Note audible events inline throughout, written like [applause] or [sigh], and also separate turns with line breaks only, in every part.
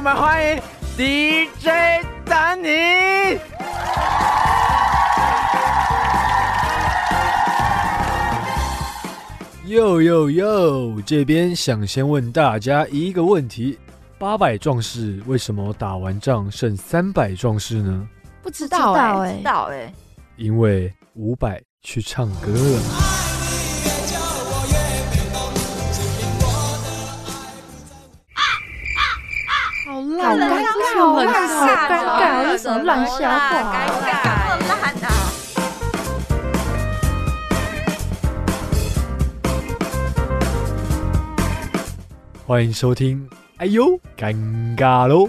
们欢迎 DJ 丹尼。
哟哟哟！这边想先问大家一个问题：八百壮士为什么打完仗剩三百壮士呢？
不知
道
道
哎
哎、
不知
道哎、
因为五百去唱歌了。
好
好
烂
尴
啊，
尬，哦
好
好
烂，好
尴
尴尬，
尬，
这什么烂笑话
尴
啊？
尬，啊
欢迎收听，哎呦，尴尬喽！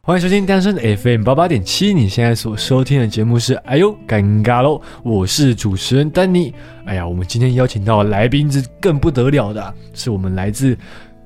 欢迎收听单身 FM 八八点七，你现在所收听的节目是《哎呦尴尬喽》，我是主持人丹尼。哎呀，我们今天邀请到的来宾是更不得了的啊，是我们来自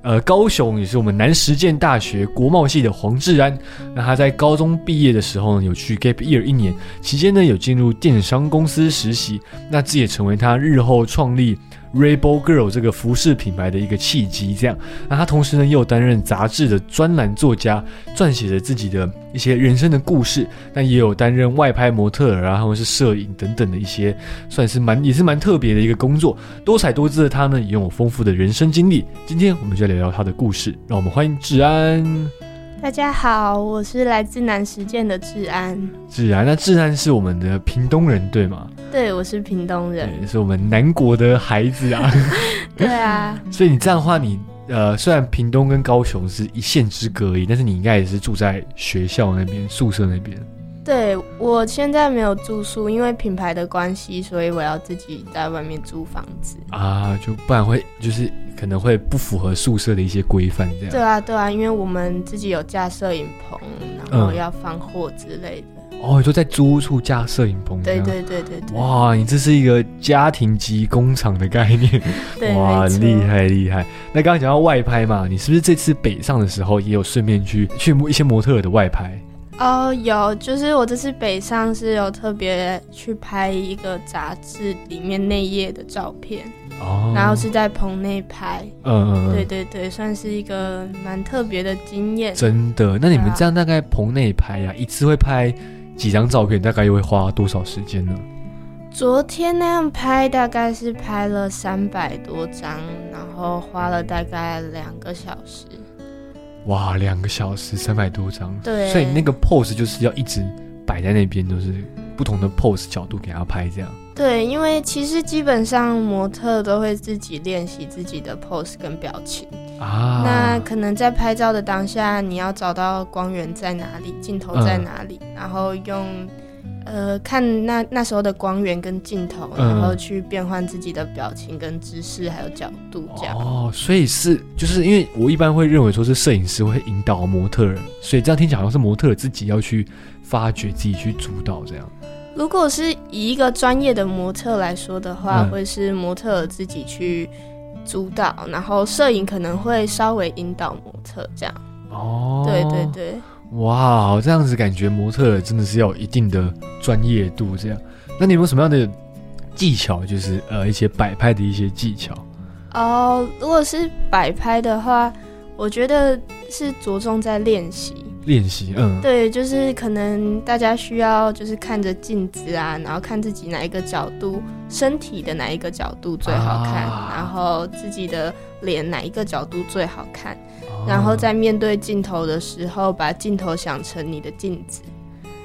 呃高雄，也是我们南实践大学国贸系的黄志安。那他在高中毕业的时候呢，有去 gap year 一年，期间呢有进入电商公司实习，那这也成为他日后创立 Rainbow Girl 这个服饰品牌的一个契机。这样，那他同时呢，也有担任杂志的专栏作家，撰写着自己的一些人生的故事。那也有担任外拍模特儿啊，或者是摄影等等的一些，算是蛮也是蛮特别的一个工作。多彩多姿的他呢，也有丰富的人生经历。今天我们就来聊聊他的故事，让我们欢迎治安。
大家好，我是来自南实践的治安，
治安，那治安是我们的屏东人对吗？
对我是屏东人。
对，是我们南国的孩子啊。
对啊，
所以你这样的话你，呃，虽然屏东跟高雄是一线之隔而已，但是你应该也是住在学校那边、宿舍那边。
对我现在没有住宿，因为品牌的关系，所以我要自己在外面租房子。
啊，就不然会就是可能会不符合宿舍的一些规范这
对
样。
啊，对啊，因为我们自己有架摄影棚，然后
嗯
要放货之类的。
哦，你就在租屋处架摄影棚这
对
样。
对对对对，
嗯哇，你这是一个家庭级工厂的概念，
[laughs] 对，
哇，
没错
厉！害厉害！那刚刚讲到外拍嘛，你是不是这次北上的时候也有顺便去去一些模特儿的外拍？
哦，有，就是我这次北上是有特别去拍一个杂志里面内页的照片，
哦，
然后是在棚内拍。
嗯嗯嗯，
对对对，算是一个蛮特别的经验。
真的？那你们
对啊
这样大概棚内拍
啊
呀、一次会拍几张照片？大概又会花多少时间呢？
昨天那样拍大概是拍了三百多张，然后花了大概两个小时。
哇，两个小时，三百多张。
对
所以那个 pose 就是要一直摆在那边，就是不同的 pose 角度给他拍这样。
对，因为其实基本上模特都会自己练习自己的 pose 跟表情。
啊，
那可能在拍照的当下，你要找到光源在哪里，镜头在哪里，然后用呃看那那时候的光源跟镜头，
嗯
然后去变换自己的表情跟姿势还有角度这样。
哦，所以是就是因为我一般会认为说是摄影师会引导模特儿，所以这样听起来好像是模特儿自己要去发掘、自己去主导这样。
如果是以一个专业的模特来说的话，
嗯
会是模特自己去主导，然后摄影可能会稍微引导模特这样。
哦，
对对对。
哇，这样子感觉模特儿真的是要有一定的专业度。这样，那你有没有什么样的技巧？就是呃，一些摆拍的一些技巧。
哦，如果是摆拍的话，我觉得是着重在练习。
练习，嗯，
对，就是可能大家需要就是看着镜子啊，然后看自己哪一个角度，身体的哪一个角度最好看，
啊
然后自己的脸哪一个角度最好看，
哦
然后在面对镜头的时候，把镜头想成你的镜子。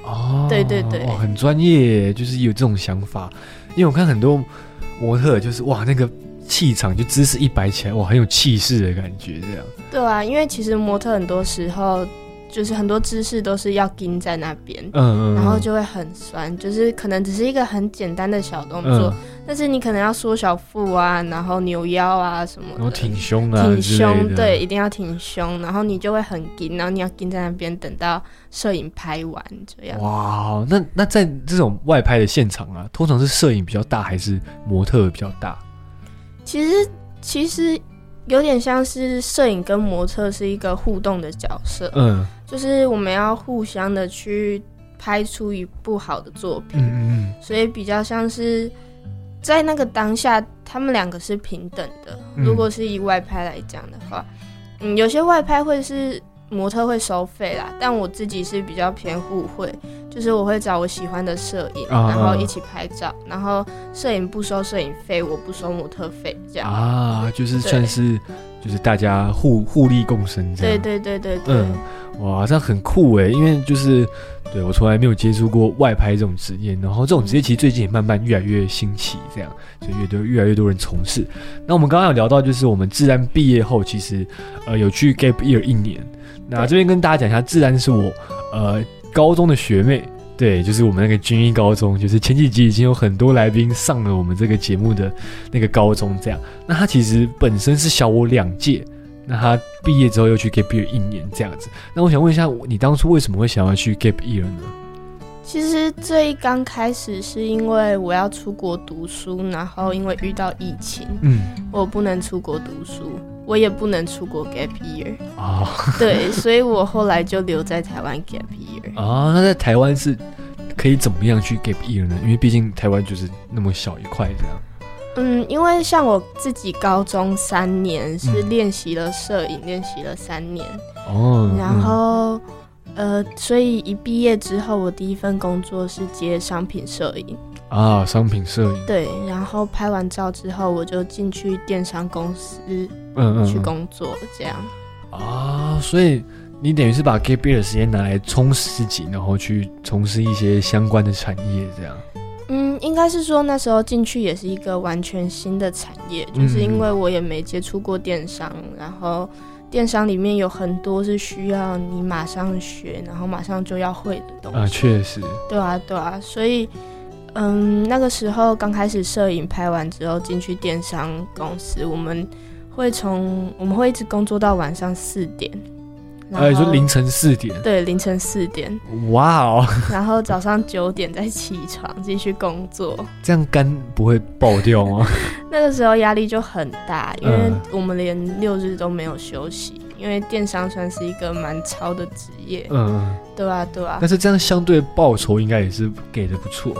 哦，
对对对
哇很专业，就是有这种想法。因为我看很多模特儿，就是哇，那个气场就姿势一摆起来，哇，很有气势的感觉。这样，
对啊，因为其实模特很多时候就是很多姿势都是要盯在那边。
嗯嗯，
然后
嗯
就会很酸，就是可能只是一个很简单的小动作，
嗯
但是你可能要缩小腹啊，然后扭腰啊什么的，
然后挺胸啊，
挺胸，对，，一定要挺胸，然后你就会很紧，然后你要紧在那边等到摄影拍完这样。
哇，那那在这种外拍的现场啊，通常是摄影比较大还是模特儿比较大？
其实其实有点像是摄影跟模特是一个互动的角色，
嗯
就是我们要互相的去拍出一部好的作品，
嗯嗯
所以比较像是在那个当下，他们两个是平等的。
嗯
如果是以外拍来讲的话，嗯，有些外拍会是模特会收费啦，但我自己是比较偏互惠，就是我会找我喜欢的摄影，
啊
然后一起拍照，然后摄影不收摄影费，我不收模特费，这样。
啊，就是算是就是大家互互利共生这
对
样。
对对对对，
嗯，哇，这样很酷哎，因为就是对我从来没有接触过外拍这种职业，然后这种职业其实最近也慢慢越来越兴起，这样就越多越来越多人从事。那我们刚刚有聊到，就是我们自然毕业后，其实呃有去 gap year 一年。那这边跟大家讲一下，自然是我呃高中的学妹。对，就是我们那个军医高中，就是前几集已经有很多来宾上了我们这个节目的那个高中，这样。那她其实本身是小我两届，那她毕业之后又去 gap year 一年这样子。那我想问一下，你当初为什么会想要去 gap year 呢？
其实最刚开始是因为我要出国读书，然后因为遇到疫情，
嗯
我不能出国读书，我也不能出国 gap year，
[laughs] 啊
对，所以我后来就留在台湾 gap year。
啊，那在台湾是可以怎么样去 gap year 呢？因为毕竟台湾就是那么小一块这样。
嗯，因为像我自己高中三年是
嗯
练习了摄影，练习了三年，
哦，
然后。呃，所以一毕业之后，我第一份工作是接商品摄影，
嗯啊，商品摄影，
对，然后拍完照之后，我就进去电商公司
嗯
去
嗯
工作，这样。
嗯啊，所以你等于是把 gap year 的时间拿来充实自己，然后去从事一些相关的产业这样。
嗯，应该是说那时候进去也是一个完全新的产业，
嗯
就是因为我也没接触过电商，然后电商里面有很多是需要你马上学，然后马上就要会的东
啊，
西。
确实，
对啊，对啊，所以。嗯，那个时候刚开始摄影拍完之后进去电商公司，我们会从我们会一直工作到晚上四点，然后
哎，说凌晨四点，
对凌晨四点，
哇哦，
然后早上九点再起床继续工作。
这样肝不会爆掉
[laughs]
吗？
那个时候压力就很大，因为
嗯
我们连六日都没有休息，因为电商算是一个蛮超的职业，
嗯，嗯
对啊，对啊
但。是这样相对报酬应该也是给的不错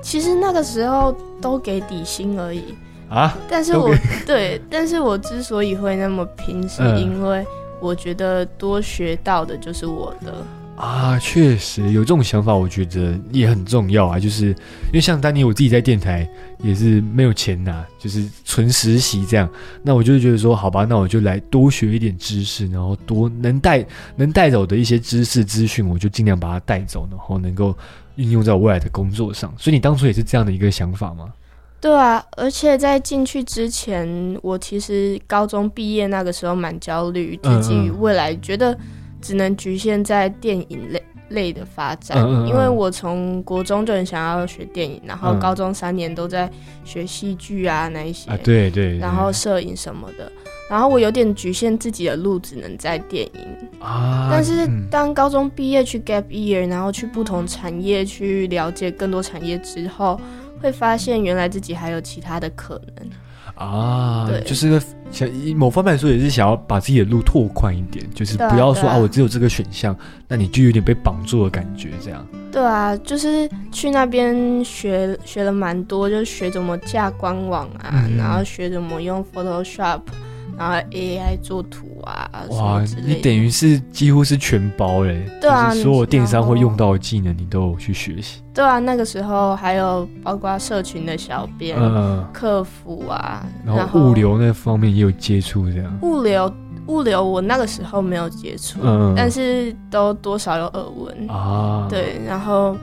其实那个时候都给底薪而已，
啊。
但是
都
我
给
[laughs] 对，但是我之所以会那么拼，是
嗯
因为我觉得多学到的就是我的，
啊，确实有这种想法，我觉得也很重要啊。就是因为像丹尼，我自己在电台也是没有钱拿，就是纯实习这样。那我就觉得说，好吧，那我就来多学一点知识，然后多能带能带走的一些知识资讯，我就尽量把它带走，然后能够运用在我未来的工作上。所以你当初也是这样的一个想法吗？
对啊。而且在进去之前，我其实高中毕业那个时候蛮焦虑，
嗯
自己
嗯
未来觉得只能局限在电影类类的发展，
嗯嗯嗯
因为我从国中就很想要学电影，然后
嗯
高中三年都在学戏剧啊那一些，
啊，对对对
然后摄影什么的，然后我有点局限自己的路，只能在电影。
啊，
但是
嗯
当高中毕业去 gap year，然后去不同产业去了解更多产业之后，会发现原来自己还有其他的可能。
啊，
对
就是个想以某方面来说，也是想要把自己的路拓宽一点，就是
对啊
不要说
对啊
啊我只有这个选项，那你就有点被绑住的感觉，这样
对啊，就是去那边学学了蛮多，就是学怎么架官网啊，
嗯
然后学怎么用 Photoshop，然后 AI 做图啊，什
哇
么之，
你
类的。
等于是几乎是全包嘞，
对啊
就是所有电商会用到的技能你都有去学习，
对啊，那个时候还有包括社群的小编、
嗯，
客服啊，
然后物流那方面也有接触，这样，
物流物流我那个时候没有接触，
嗯，
但是都多少有耳闻。
啊，，
对，然后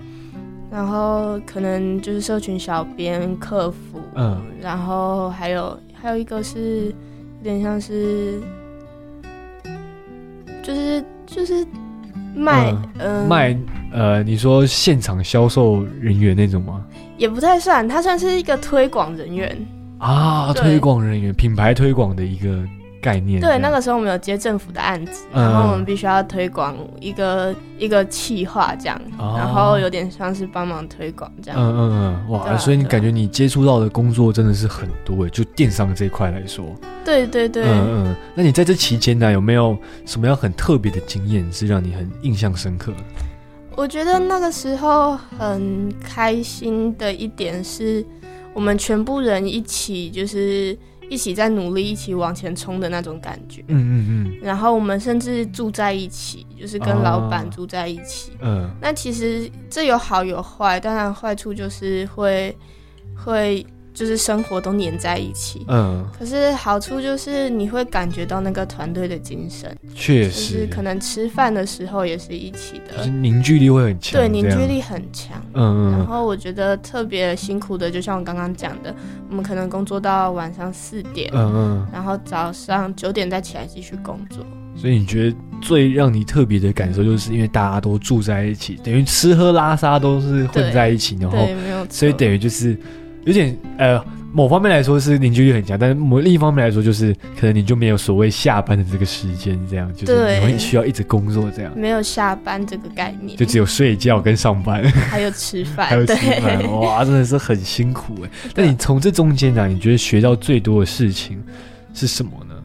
然后可能就是社群小编、客服，
嗯
然后还有还有一个是有点像是就是就是卖
嗯
嗯、
卖呃，你说现场销售人员那种吗？
也不太算，他算是一个推广人员。
啊，
对
推广人员，品牌推广的一个概念，这
对，
样
那个时候我们有接政府的案子，
嗯
然后我们必须要推广一个一个企划这样，
哦
然后有点像是帮忙推广这样。
嗯嗯嗯，
对
哇！
啊
所以你
对啊
感觉你接触到的工作真的是很多欸诶，就电商这一块来说，
对对对，
嗯嗯。那你在这期间呢，有没有什么样很特别的经验是让你很印象深刻的？
我觉得那个时候很开心的一点是，我们全部人一起就是一起在努力，一起往前冲的那种感觉。
嗯嗯
然后我们甚至住在一起，就是跟
哦
老板住在一起。
嗯嗯，
那其实这有好有坏，当然坏处就是会会就是生活都黏在一起。
嗯，
可是好处就是你会感觉到那个团队的精神，
确
就是
实，
可能吃饭的时候也是一起
就
的
是，凝聚力会很强，
对，凝
这
聚
样，
力很强。然
嗯嗯
后我觉得特别辛苦的，就像我刚刚讲的，我们可能工作到晚上四点，
嗯嗯
然后早上九点再起来继续工作。
嗯，所以你觉得最让你特别的感受，就是因为大家都住在一起，等于吃喝拉撒都是混
对
在一起，然后
对，没有错。
所以等于就是有点呃，某方面来说是凝聚力很强，但是某另一方面来说，就是可能你就没有所谓下班的这个时间，这样就是
对嗯
你会需要一直工作，这样
没有下班这个概念
就，只有睡觉跟上班，
还有吃饭，
还有吃
对， [laughs]
饭，哇，真的是很辛苦哎。那你从这中间呢、你觉得学到最多的事情是什么呢？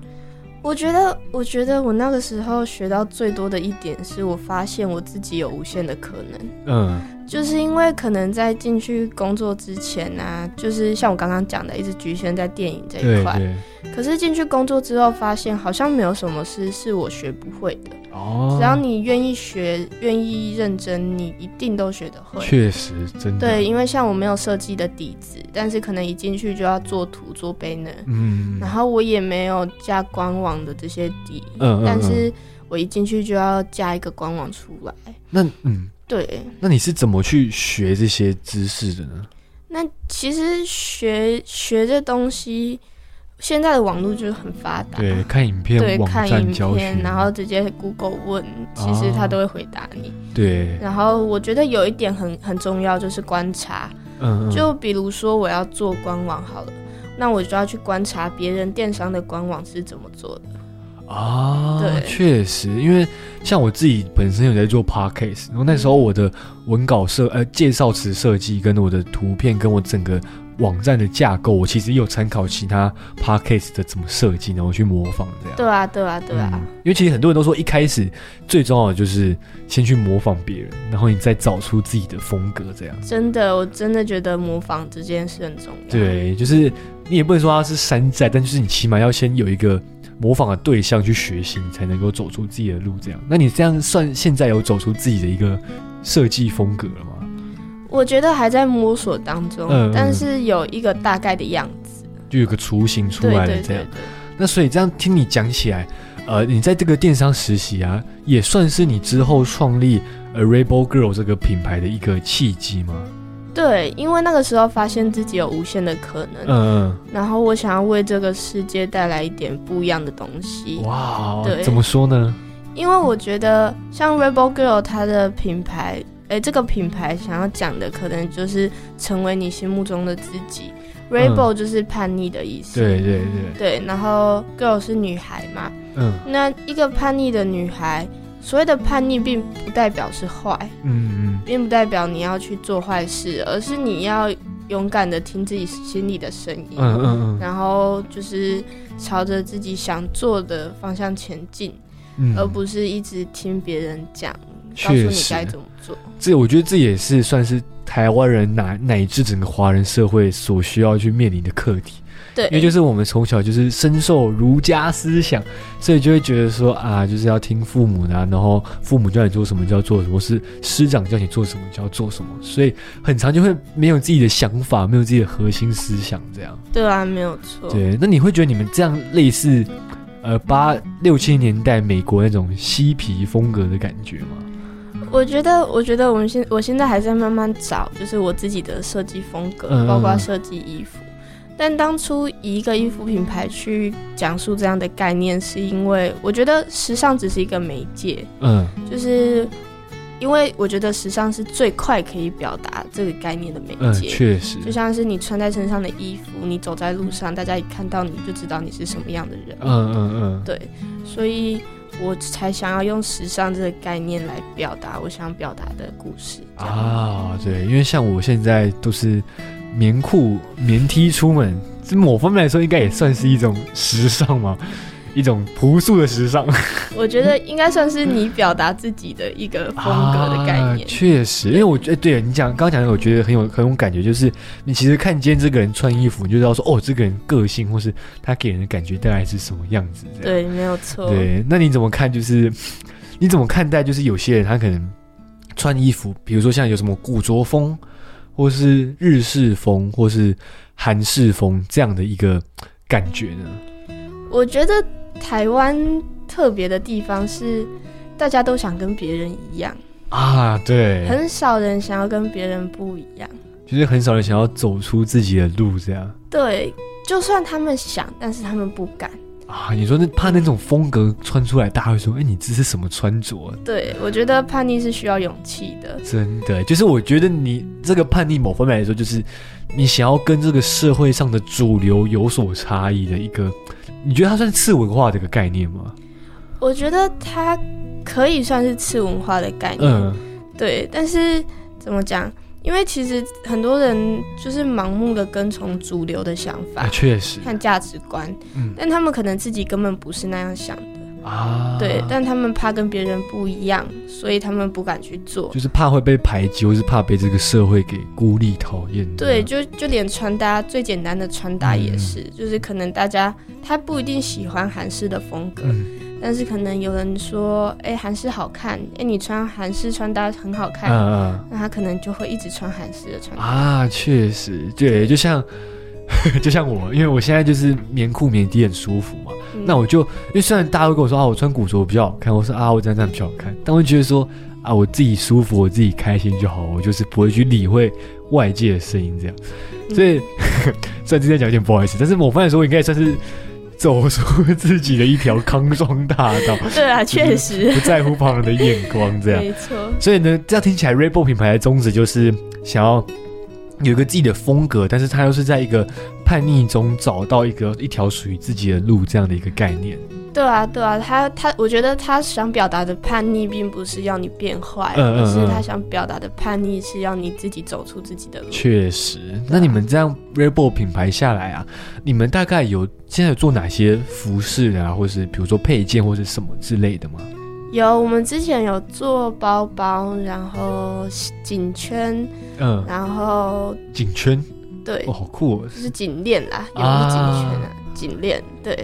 我觉得，我觉得我那个时候学到最多的一点是我发现我自己有无限的可能，
嗯
就是因为可能在进去工作之前呢、啊就是像我刚刚讲的，一直局限在电影这一
嗯对
块。
对，
可是进去工作之后，发现好像没有什么事是我学不会的，
哦，
只要你愿意学、愿意认真，你一定都学得会。
确实真的
对，因为像我没有设计的底子，但是可能一进去就要做图、做 banner，
嗯
然后我也没有加官网的这些底，
嗯嗯
但是我一进去就要加一个官网出来。
那嗯，
对，
那你是怎么去学这些知识的呢？
那其实学学这东西，现在的网络就是很发达，
对，看影片、
啊对，
网
看
站
影
教学啊
片，，然后直接 Google 问，其实他都会回答你。
对，
然后我觉得有一点很很重要，就是观察。
嗯，嗯
就比如说我要做官网好了。那我就要去观察别人电商的官网是怎么做的，
啊，
对
确实，因为像我自己本身有在做 podcast，然后那时
嗯
候我的文稿设呃介绍词设计跟我的图片跟我整个网站的架构，我其实也有参考其他 podcast 的怎么设计，然后去模仿这样。
对啊，对啊，对啊，
嗯因为其实很多人都说，一开始最重要的就是先去模仿别人，然后你再找出自己的风格这样。
真的，我真的觉得模仿这件事很重要。，
对，就是你也不能说它是山寨，但就是你起码要先有一个模仿的对象去学习，你才能够走出自己的路。这样，那你这样算现在有走出自己的一个设计风格了吗？
我觉得还在摸索当中，
嗯
但是有一个大概的样子。
就有个雏形出
对
来了
对
这
对
样。
对，
那所以这样听你讲起来，呃，你在这个电商实习啊，也算是你之后创立呃 Rainbow Girl 这个品牌的一个契机吗？
对，因为那个时候发现自己有无限的可能，
嗯
然后我想要为这个世界带来一点不一样的东西
嗯，。哇，
对
怎么说呢？
因为我觉得像 Rebel Girl 它的品牌，诶，这个品牌想要讲的可能就是成为你心目中的自己。Rebel 就是叛逆的意
嗯
思，
对对对，
对，然后 Girl 是女孩嘛，
嗯
那一个叛逆的女孩，所谓的叛逆并不代表是坏，
嗯
并不代表你要去做坏事，而是你要勇敢的听自己心里的声音，
嗯嗯嗯嗯
然后就是朝着自己想做的方向前进，
嗯，
而不是一直听别人讲，告诉
确
你
实
该怎么做。
这我觉得这也是算是台湾人乃乃至整个华人社会所需要去面临的课题，
对，
因为就是我们从小就是深受儒家思想，所以就会觉得说啊，就是要听父母的啊、然后父母叫你做什么就要做什么，是师长叫你做什么就要做什么，所以很常就会没有自己的想法，没有自己的核心思想这样。
对啊，没有错。
对，那你会觉得你们这样类似呃八六七年代美国那种嬉皮风格的感觉吗？
我觉得，我觉得我们现我现在还在慢慢找，就是我自己的设计风格，
嗯
包括设计衣服。但当初以一个衣服品牌去讲述这样的概念，是因为我觉得时尚只是一个媒介，
嗯，
就是因为我觉得时尚是最快可以表达这个概念的媒
嗯，
介。
确实，
就像是你穿在身上的衣服，你走在路上，大家一看到你就知道你是什么样的人。
嗯嗯嗯，
对，所以我才想要用时尚这个概念来表达我想表达的故事。这样，
啊，对，因为像我现在都是棉裤、棉 T 出门，这某方面来说应该也算是一种时尚嘛。一种朴素的时 [laughs] 尚
我觉得应该算是你表达自己的一个风格的概念。
啊确、实，因为我觉得对你讲刚刚讲的，我觉得很有很有感觉，就是你其实看今天这个人穿衣服，你就知道说哦，这个人个性或是他给人的感觉大概是什么样子这样。
对，没有错。
对，那你怎么看？就是 [sniffs] 你怎么看待？就是有些人他可能穿衣服，比如说像有什么古着风，或是日式风，或是韩式风这样的一个感觉呢？
我觉得台湾特别的地方是，大家都想跟别人一样，
啊，对，
很少人想要跟别人不一样。
就是很少人想要走出自己的路这样。
对，就算他们想，但是他们不敢。
啊，你说那怕那种风格穿出来，大家会说，哎、你这是什么穿着、啊？
对我觉得叛逆是需要勇气的。
真的，就是我觉得你这个叛逆，某方面来说，就是你想要跟这个社会上的主流有所差异的一个，你觉得它算是次文化的一个概念吗？
我觉得它可以算是次文化的概念，
嗯，
对。但是怎么讲？因为其实很多人就是盲目的跟从主流的想法
啊，确实
和价值观，
嗯
但他们可能自己根本不是那样想的，
啊，
对。但他们怕跟别人不一样，所以他们不敢去做。
就是怕会被排挤，或是怕被这个社会给孤立讨厌。
对，，就就连穿搭最简单的穿搭
嗯
也是，就是可能大家他不一定喜欢韩式的风格，
嗯
但是可能有人说，哎、韩式好看，哎、你穿韩式穿搭很好看，
嗯
那他可能就会一直穿韩式的
嗯
穿搭。
啊，确实，对，就像 [laughs] 就像我，因为我现在就是棉裤棉 T 很舒服嘛。
嗯
那我就因为虽然大家会跟我说啊，我穿古着比较好看，我说啊，我这样这样比较好看，但我就觉得说啊，我自己舒服，我自己开心就好，我就是不会去理会外界的声音这样。
嗯
所以、 [laughs] 虽然今天讲有点不好意思，但是某方面来说，我应该也算是走出自己的一条康庄大道，
[laughs]
[laughs]
对啊，确实，
不在乎旁人的眼光这样。
没错，
所以呢，这样听起来 Rainbow 品牌的宗旨就是想要有一个自己的风格，但是它又是在一个叛逆中找到一个一条属于自己的路这样的一个概念。
对啊，对啊，他他，我觉得他想表达的叛逆，并不是要你变坏，
嗯嗯
而是
嗯
他想表达的叛逆是要你自己走出自己的路。
确实，那你们这样 r e b o l 品牌下来啊，你们大概有现在有做哪些服饰啊，或是比如说配件或是什么之类的吗？
有，我们之前有做包包，然后颈圈，
嗯，
然后
颈圈
对，
哦，好酷哦！
就是颈链啦，也不是颈圈啊，颈链对，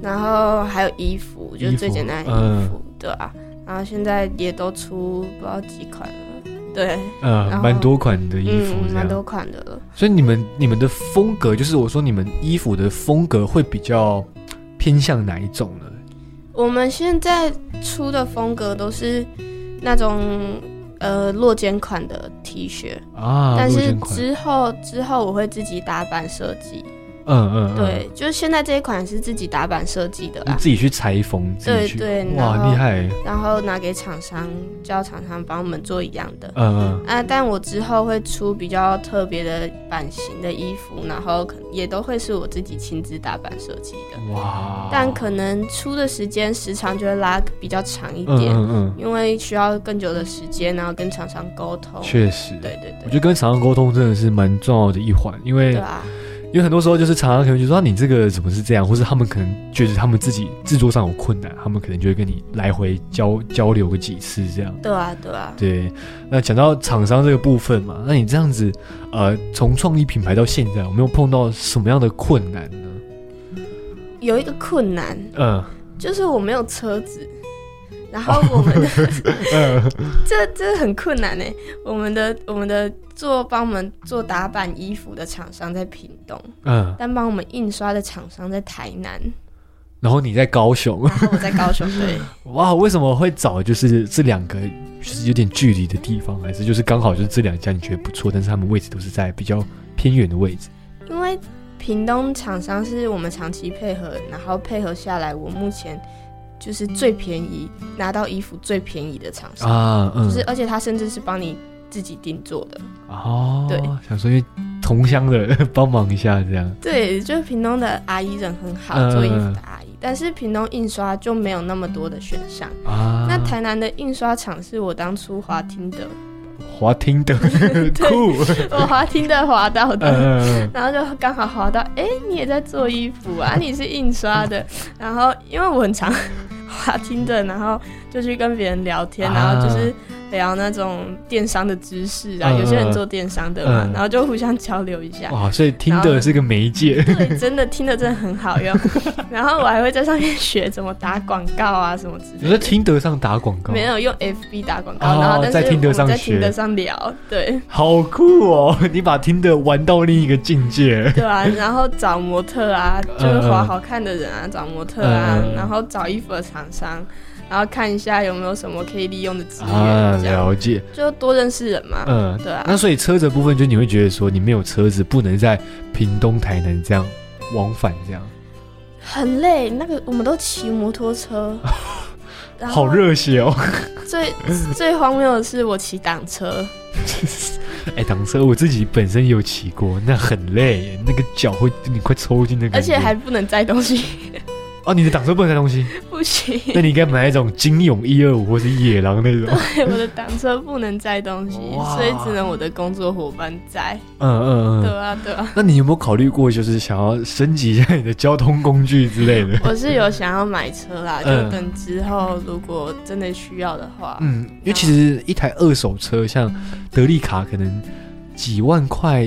然后还有衣服，就是最简单的
嗯
衣服，对啊，然后现在也都出不知道几款了，对，然
呃，
后
蛮多款的衣服
嗯，
这
蛮
样，
多款的了。
所以你们你们的风格，就是我说你们衣服的风格会比较偏向哪一种呢？
我们现在出的风格都是那种呃落肩款的 T 恤，
啊，
但
露
是
肩款，
之后之后我会自己打版设计，
嗯嗯，嗯嗯
对，，就是现在这一款是自己打版设计的
你
啦，
自己去裁缝，自己
对
去，
对然
哇，
后
厉害，
然后拿给厂商，叫厂商帮我们做一样的。
嗯嗯，
啊，但我之后会出比较特别的版型的衣服，然后可也都会是我自己亲自打版设计
哦
的，
哇，
但可能出的时间时长就会拉比较长一
嗯
点，
嗯嗯，
因为需要更久的时间，然后跟厂商沟通。
确实，
对对
我
对，
觉得跟厂商沟通真的是蛮重要的一环，因为
对啊，
因为很多时候就是厂商可能就说、啊、你这个怎么是这样，或是他们可能觉得他们自己制作上有困难，他们可能就会跟你来回交交流个几次这样。
对啊，对啊。
对，那讲到厂商这个部分嘛，那你这样子，呃，从创立品牌到现在，有没有碰到什么样的困难呢？
有一个困难
嗯
就是我没有车子，然后我们的、 [laughs]
嗯，
这这很困难呢。我们的我们的做帮我们做打版衣服的厂商在屏东，
嗯，
但帮我们印刷的厂商在台南， [laughs]
然后你在高雄， [laughs]
然后我在高雄。对，
哇，为什么会找就是这两个就是有点距离的地方，还是就是刚好就是这两家你觉得不错，但是他们位置都是在比较偏远的位置？
因为屏东厂商是我们长期配合，然后配合下来，我目前就是最便宜拿到衣服最便宜的厂商。
啊，嗯，
就是呃而且他甚至是帮你自己定做的。
哦，
对，
想说因为同乡的人帮忙一下这样，
对，就是屏东的阿姨人很好，
嗯
做衣服的阿姨，但是屏东印刷就没有那么多的选项。
啊，
那台南的印刷厂是我当初华听的， [laughs]
滑听的，酷， [laughs]
我滑听的滑到的。
呃，
然后就刚好滑到，哎、你也在做衣
[laughs]
服啊？你是印刷的？然后因为我很常 [laughs] 滑听的，然后就去跟别人聊天，
啊
然后就是聊那种电商的知识啊，
嗯
有些人做电商的嘛，
嗯
然后就互相交流一下。
哇，所以听的是个媒介，
对，真的听的真的很
[laughs]
好用。然后我还会在上面学怎么打广告啊，什么之
你在
类的。
听得上打广告，
没有用 FB 打广告，
哦
然后但是
在听得
我们
上
在
学
听得上聊，对
好酷哦！ [laughs] 你把听的玩到另一个境界，
[laughs] 对啊，然后找模特啊，就是
嗯
划
嗯
好看的人啊，找模特啊，
嗯嗯嗯
然后找衣服的厂商，然后看一下有没有什么可以利用的资源，
啊，
这样
了解，
就多认识人嘛。
嗯。
对啊，
那所以车子的部分，就你会觉得说，你没有车子，不能在屏东、台南这样往返，这样
很累。那个我们都骑摩
[laughs]
托车，然后
好热血哦！
最最荒谬的是我骑挡
[laughs]
车，
哎，挡车我自己本身有骑过，那很累耶，那个脚会你快抽筋的
而
感觉。
且还不能载东西， [laughs]
哦，你的挡车不能带东西，
不行。 [laughs]
那你应该买那种金勇一二五或是野狼那种。
对，我的挡车不能载东西，
哇
所以只能我的工作伙伴载。
嗯嗯
对
嗯。
啊，对啊，
那你有没有考虑过，就是想要升级一下你的交通工具之类
[laughs]
的？
我是有想要买车啦，就
嗯
等之后如果真的需要的话，
嗯，因为其实一台二手车，像德利卡，可能几万块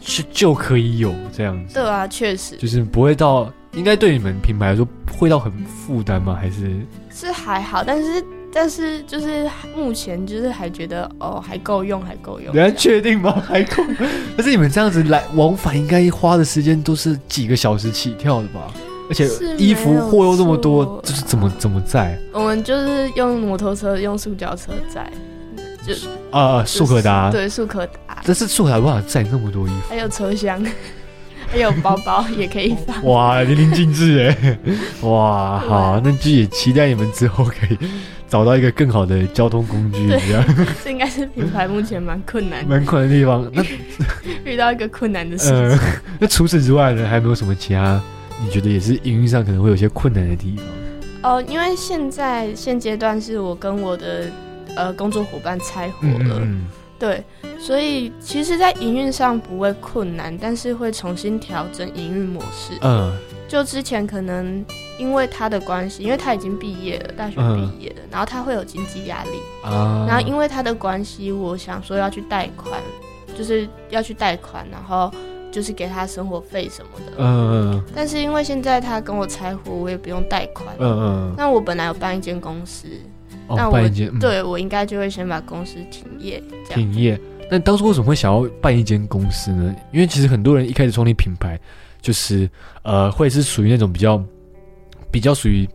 就就可以有这样子，
对啊，确实
就是不会到，应该对你们品牌来说会到很负担吗？还是
是还好，但是但是就是目前就是还觉得哦还够用，还够用
人。家确定吗？还够？ [laughs] 但是你们这样子来往返，应该花的时间都是几个小时起跳的吧？而且
是
衣服
没有
货又这么多
错，
就是怎么怎么在
我们就是用摩托车，用塑胶车载，
啊、呃
就是
速可达，
对，速可达，
但是速可达无法载那么多衣服。
还有车厢， [laughs] 还有包包也可以
[laughs]
放。
哇，淋漓尽致哎！ [laughs] 哇，好，那就也期待你们之后可以找到一个更好的交通工具，
对
这样
这应该是品牌目前蛮困难，
蛮困难的地方。
[laughs]
那
遇到一个困难的事情。
呃， [laughs] 那除此之外呢，还有没有什么其他你觉得也是营运上可能会有些困难的地方？
哦，因为现在现阶段是我跟我的呃工作伙伴拆伙
嗯
了，
嗯
对，所以其实，在营运上不会困难，但是会重新调整营运模式。
嗯
就之前可能因为他的关系，因为他已经毕业了，大学
嗯
毕业了，然后他会有经济压力，
嗯啊，
然后因为他的关系，我想说要去贷款，就是要去贷款，然后就是给他生活费什么的。
嗯
但是因为现在他跟我拆伙，我也不用贷款
嗯，嗯
那我本来有办一间公司，
嗯，
那
哦，
我
办一间嗯
对我应该就会先把公司停业这样。
停业。那当初为什么会想要办一间公司呢？因为其实很多人一开始创立品牌，就是呃，会是属于那种比较比较属于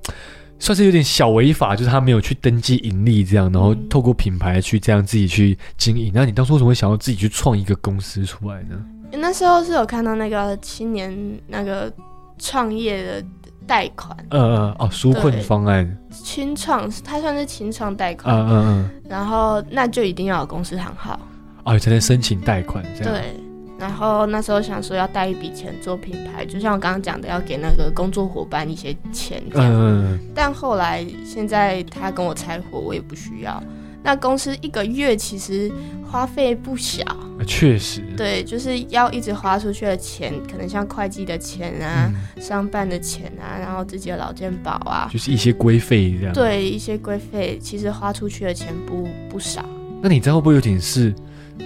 算是有点小违法，就是他没有去登记盈利这样，然后
嗯
透过品牌去这样自己去经营。那你当初为什么会想要自己去创一个公司出来呢？
那时候是有看到那个青年那个创业的贷款，
呃呃哦，纾困
对
方案，
清创，它算是清创贷
嗯
款，
嗯嗯，
然后那就一定要有公司行号，
啊，才能申请贷款这样。
对。然后那时候想说要带一笔钱做品牌，就像我刚刚讲的，要给那个工作伙伴一些钱这样。
嗯，嗯
但后来现在他跟我拆伙，我也不需要。那公司一个月其实花费不小，
嗯，确实，
对，就是要一直花出去的钱，可能像会计的钱啊、
嗯，
上班的钱啊，然后自己的劳健保啊，
就是一些规费这样。
对一些规费，其实花出去的钱不不少。
那你这样会不会有点是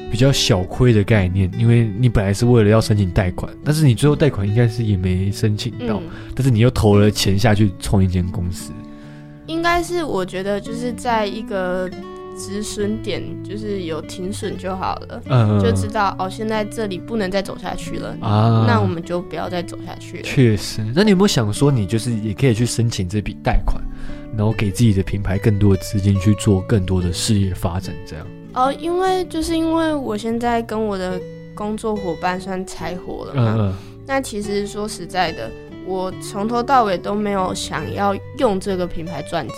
比较小亏的概念？因为你本来是为了要申请贷款，但是你最后贷款应该是也没申请到，
嗯，
但是你又投了钱下去创一间公司。
应该是我觉得就是在一个止损点，就是有停损就好了，
嗯，
就知道哦，现在这里不能再走下去了，
啊
那我们就不要再走下去了。
确实。那你有没有想说，你就是也可以去申请这笔贷款，然后给自己的品牌更多的资金去做更多的事业发展？这样
哦，因为就是因为我现在跟我的工作伙伴算拆伙了嘛，
嗯
那其实说实在的，我从头到尾都没有想要用这个品牌赚钱、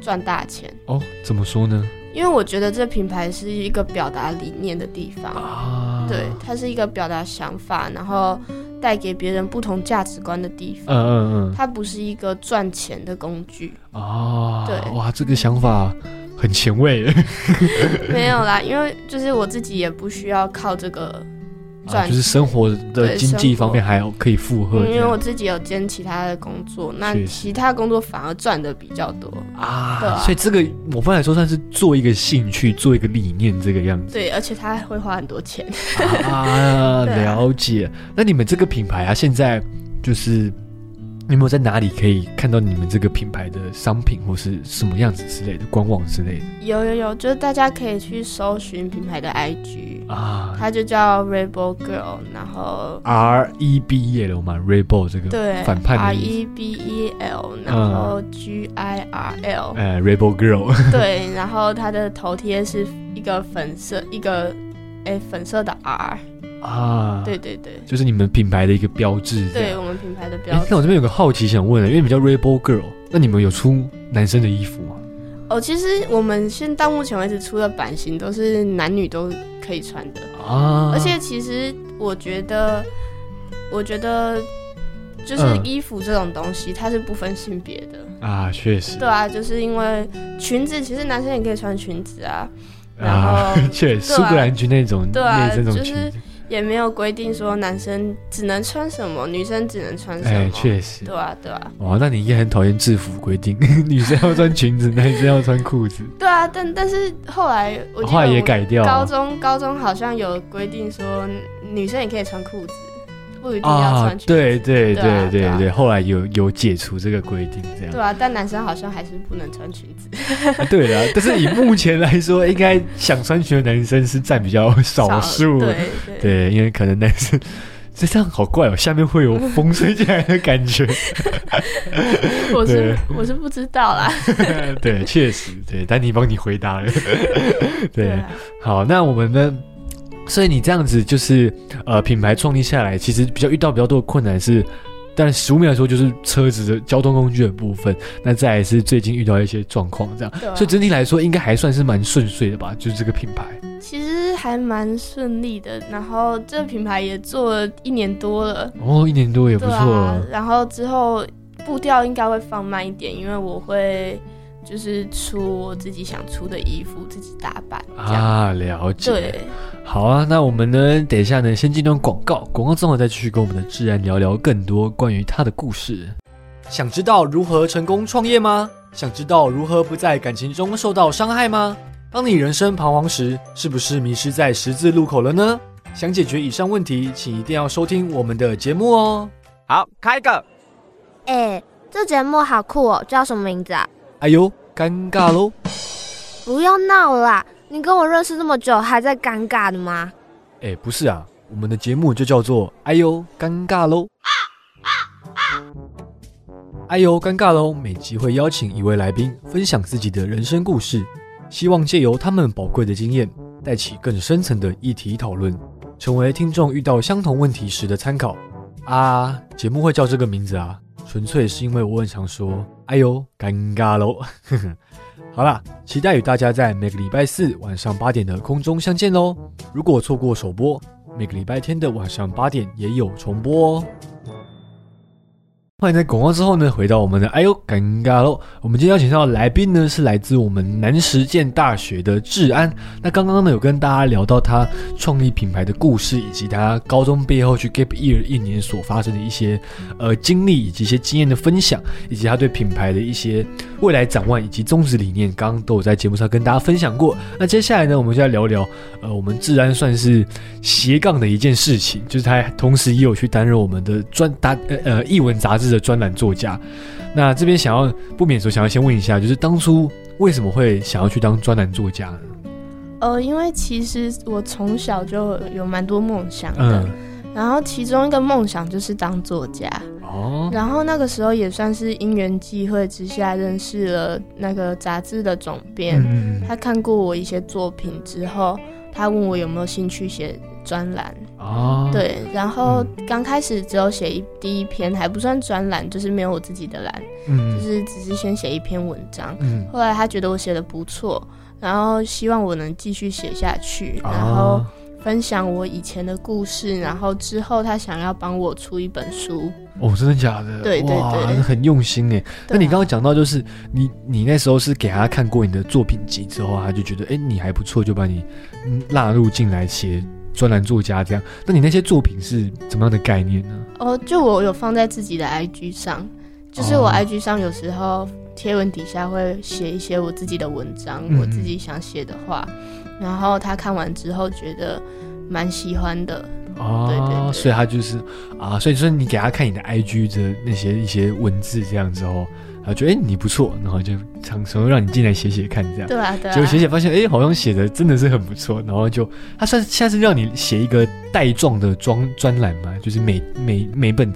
赚大钱，
哦，怎么说呢？
因为我觉得这品牌是一个表达理念的地方，
啊，
对，它是一个表达想法，然后带给别人不同价值观的地
嗯
方。
嗯
它不是一个赚钱的工具，
嗯啊，
对
哇，这个想法很前卫，
没有啦，因为就是我自己也不需要靠这个
啊，
赚
就是生活的
对
经济
生活
方面还有可以负荷
嗯
这
因为我
样
自己有兼其他的工作，那
确实
其他工作反而赚的比较多。对
啊
啊，
所以这个某方面来说算是做一个兴趣，做一个理念这个样 [laughs] 子。
对，而且他会花很多钱。
啊，
对啊
了解。那你们这个品牌啊，现在就是你有没有在哪里可以看到你们这个品牌的商品或是什么样子之类的官网之类的
有有有，就是大家可以去搜寻品牌的 IG，
啊
它就叫 Rebel Girl，然后
？R E B 叶楼嘛，Rebel 这个
对
反叛的
，R
意嗯
E B E L，然后 G I R
[laughs]
L，、
呃，Rebel Girl [laughs]
对，然后它的头贴是一个粉色一个。哎，粉色的 R，
啊，
对，对对，
就是你们品牌的一个标志。这
对
样。
我们品牌的标
哎，
志
那我这边有个好奇想问的，因为你们叫 Rebel Girl，那你们有出男生的衣服吗？
哦，其实我们现到目前为止出的版型都是男女都可以穿的，
啊，
而且其实我觉得，我觉得就是
嗯
衣服这种东西，它是不分性别的，
啊，确实
对啊，就是因为裙子，其实男生也可以穿裙子啊，然后、
啊， [laughs] 确实
对啊
苏格兰裙那种，
对啊
那这种
就
裙
是
子。
也没有规定说男生只能穿什么，女生只能穿什么，
哎，确实
对，啊，对啊，
哇，那你应该很讨厌制服规定， [laughs] 女生要穿裙
[laughs]
子，男生要穿裤子，
对啊，但但是后来我记
后来
得
也
我
改掉
高
了
中高中好像有规定说，女生也可以穿裤子，不一定要
啊
穿裙，子。
对对
对啊
对
对啊
对对，后来有有解除这个规定，这样
对啊，但男生好像还是不能穿裙子，
啊对啊，但是以目前来说，应该想穿裙的男生是占比较少数，
对对
对，因为可能男生。这 [laughs] 这样好怪哦，下面会有风吹进来的感觉。 [laughs]
我是
对
我是不知道啦。
对，确实，对，丹尼帮你回答了。 [laughs] 对，
啊
好，那我们呢？所以你这样子就是呃，品牌创立下来，其实比较遇到比较多的困难是，但实物面来说就是车子的交通工具的部分，那再来是最近遇到一些状况这样，
对啊
所以整体来说应该还算是蛮顺遂的吧，就是这个品牌
其实还蛮顺利的。然后这个品牌也做了一年多了，
哦，一年多也不
对
错
啊。然后之后步调应该会放慢一点，因为我会就是出我自己想出的衣服，自己打扮
啊
这样。
了解。
对，
好啊，那我们呢，等一下呢，先进段广告，广告之后再继续跟我们的智然聊聊更多关于他的故事。想知道如何成功创业吗？想知道如何不在感情中受到伤害吗？当你人生彷徨时，是不是迷失在十字路口了呢？想解决以上问题，请一定要收听我们的节目哦。
好，开一个。
哎，这节目好酷哦，叫什么名字啊？
哎呦，尴尬喽！
不要闹了啦！你跟我认识这么久，还在尴尬的吗？
哎，不是啊，我们的节目就叫做“哎呦尴尬喽”。哎呦尴尬喽！每集会邀请一位来宾分享自己的人生故事，希望借由他们宝贵的经验，带起更深层的议题讨论，成为听众遇到相同问题时的参考。啊，节目会叫这个名字啊，纯粹是因为我很常说“哎呦尴尬喽” 。好啦，期待与大家在每个礼拜四晚上八点的空中相见喽！如果错过首播，每个礼拜天的晚上八点也有重播哦。欢迎在广告之后呢，回到我们的哎呦尴尬喽！我们今天邀请到的来宾呢是来自我们南实践大学的治安。那刚刚呢有跟大家聊到他创立品牌的故事，以及他高中毕业后去 Gap Year 一年所发生的一些呃经历，以及一些经验的分享，以及他对品牌的一些未来展望以及宗旨理念，刚刚都有在节目上跟大家分享过。那接下来呢，我们就来聊聊呃，我们治安算是斜杠的一件事情，就是他同时也有去担任我们的专打呃呃译文杂志的专栏作家。那这边想要不免说想要先问一下，就是当初为什么会想要去当专栏作家呢？
呃，因为其实我从小就有蛮多梦想的，
嗯，
然后其中一个梦想就是当作家，
哦，
然后那个时候也算是因缘际会之下认识了那个杂志的总编，
嗯
他看过我一些作品之后，他问我有没有兴趣写专栏，
哦，，嗯
对，然后刚开始只有写一第一篇，还不算专栏，就是没有我自己的栏，就
嗯
是只是先写一篇文章，
嗯，
后来他觉得我写的不错，然后希望我能继续写下去，然后
哦。
分享我以前的故事，然后之后他想要帮我出一本书。
哦，真的假的？
对对
哇，
对
那很用心哎。那
对
你
啊
刚刚讲到，就是你你那时候是给他看过你的作品集之后，他就觉得哎、诶你还不错，就把你嗯纳入进来写专栏作家这样。那你那些作品是怎么样的概念呢？
哦，就我有放在自己的 IG 上，就是
哦
我 IG 上有时候贴文底下会写一些我自己的文章，
嗯
我自己想写的话，然后他看完之后觉得蛮喜欢的，哦对对对
所以他就是啊，所以说你给他看你的 IG 的那些一些文字这样之后，他觉得哎、诶你不错，然后就想说让你进来写写看这样。
对啊对啊，
结果写写发现，哎、好像写的真的是很不错，然后就他算是现在是让你写一个带状的专专栏嘛，就是每每每本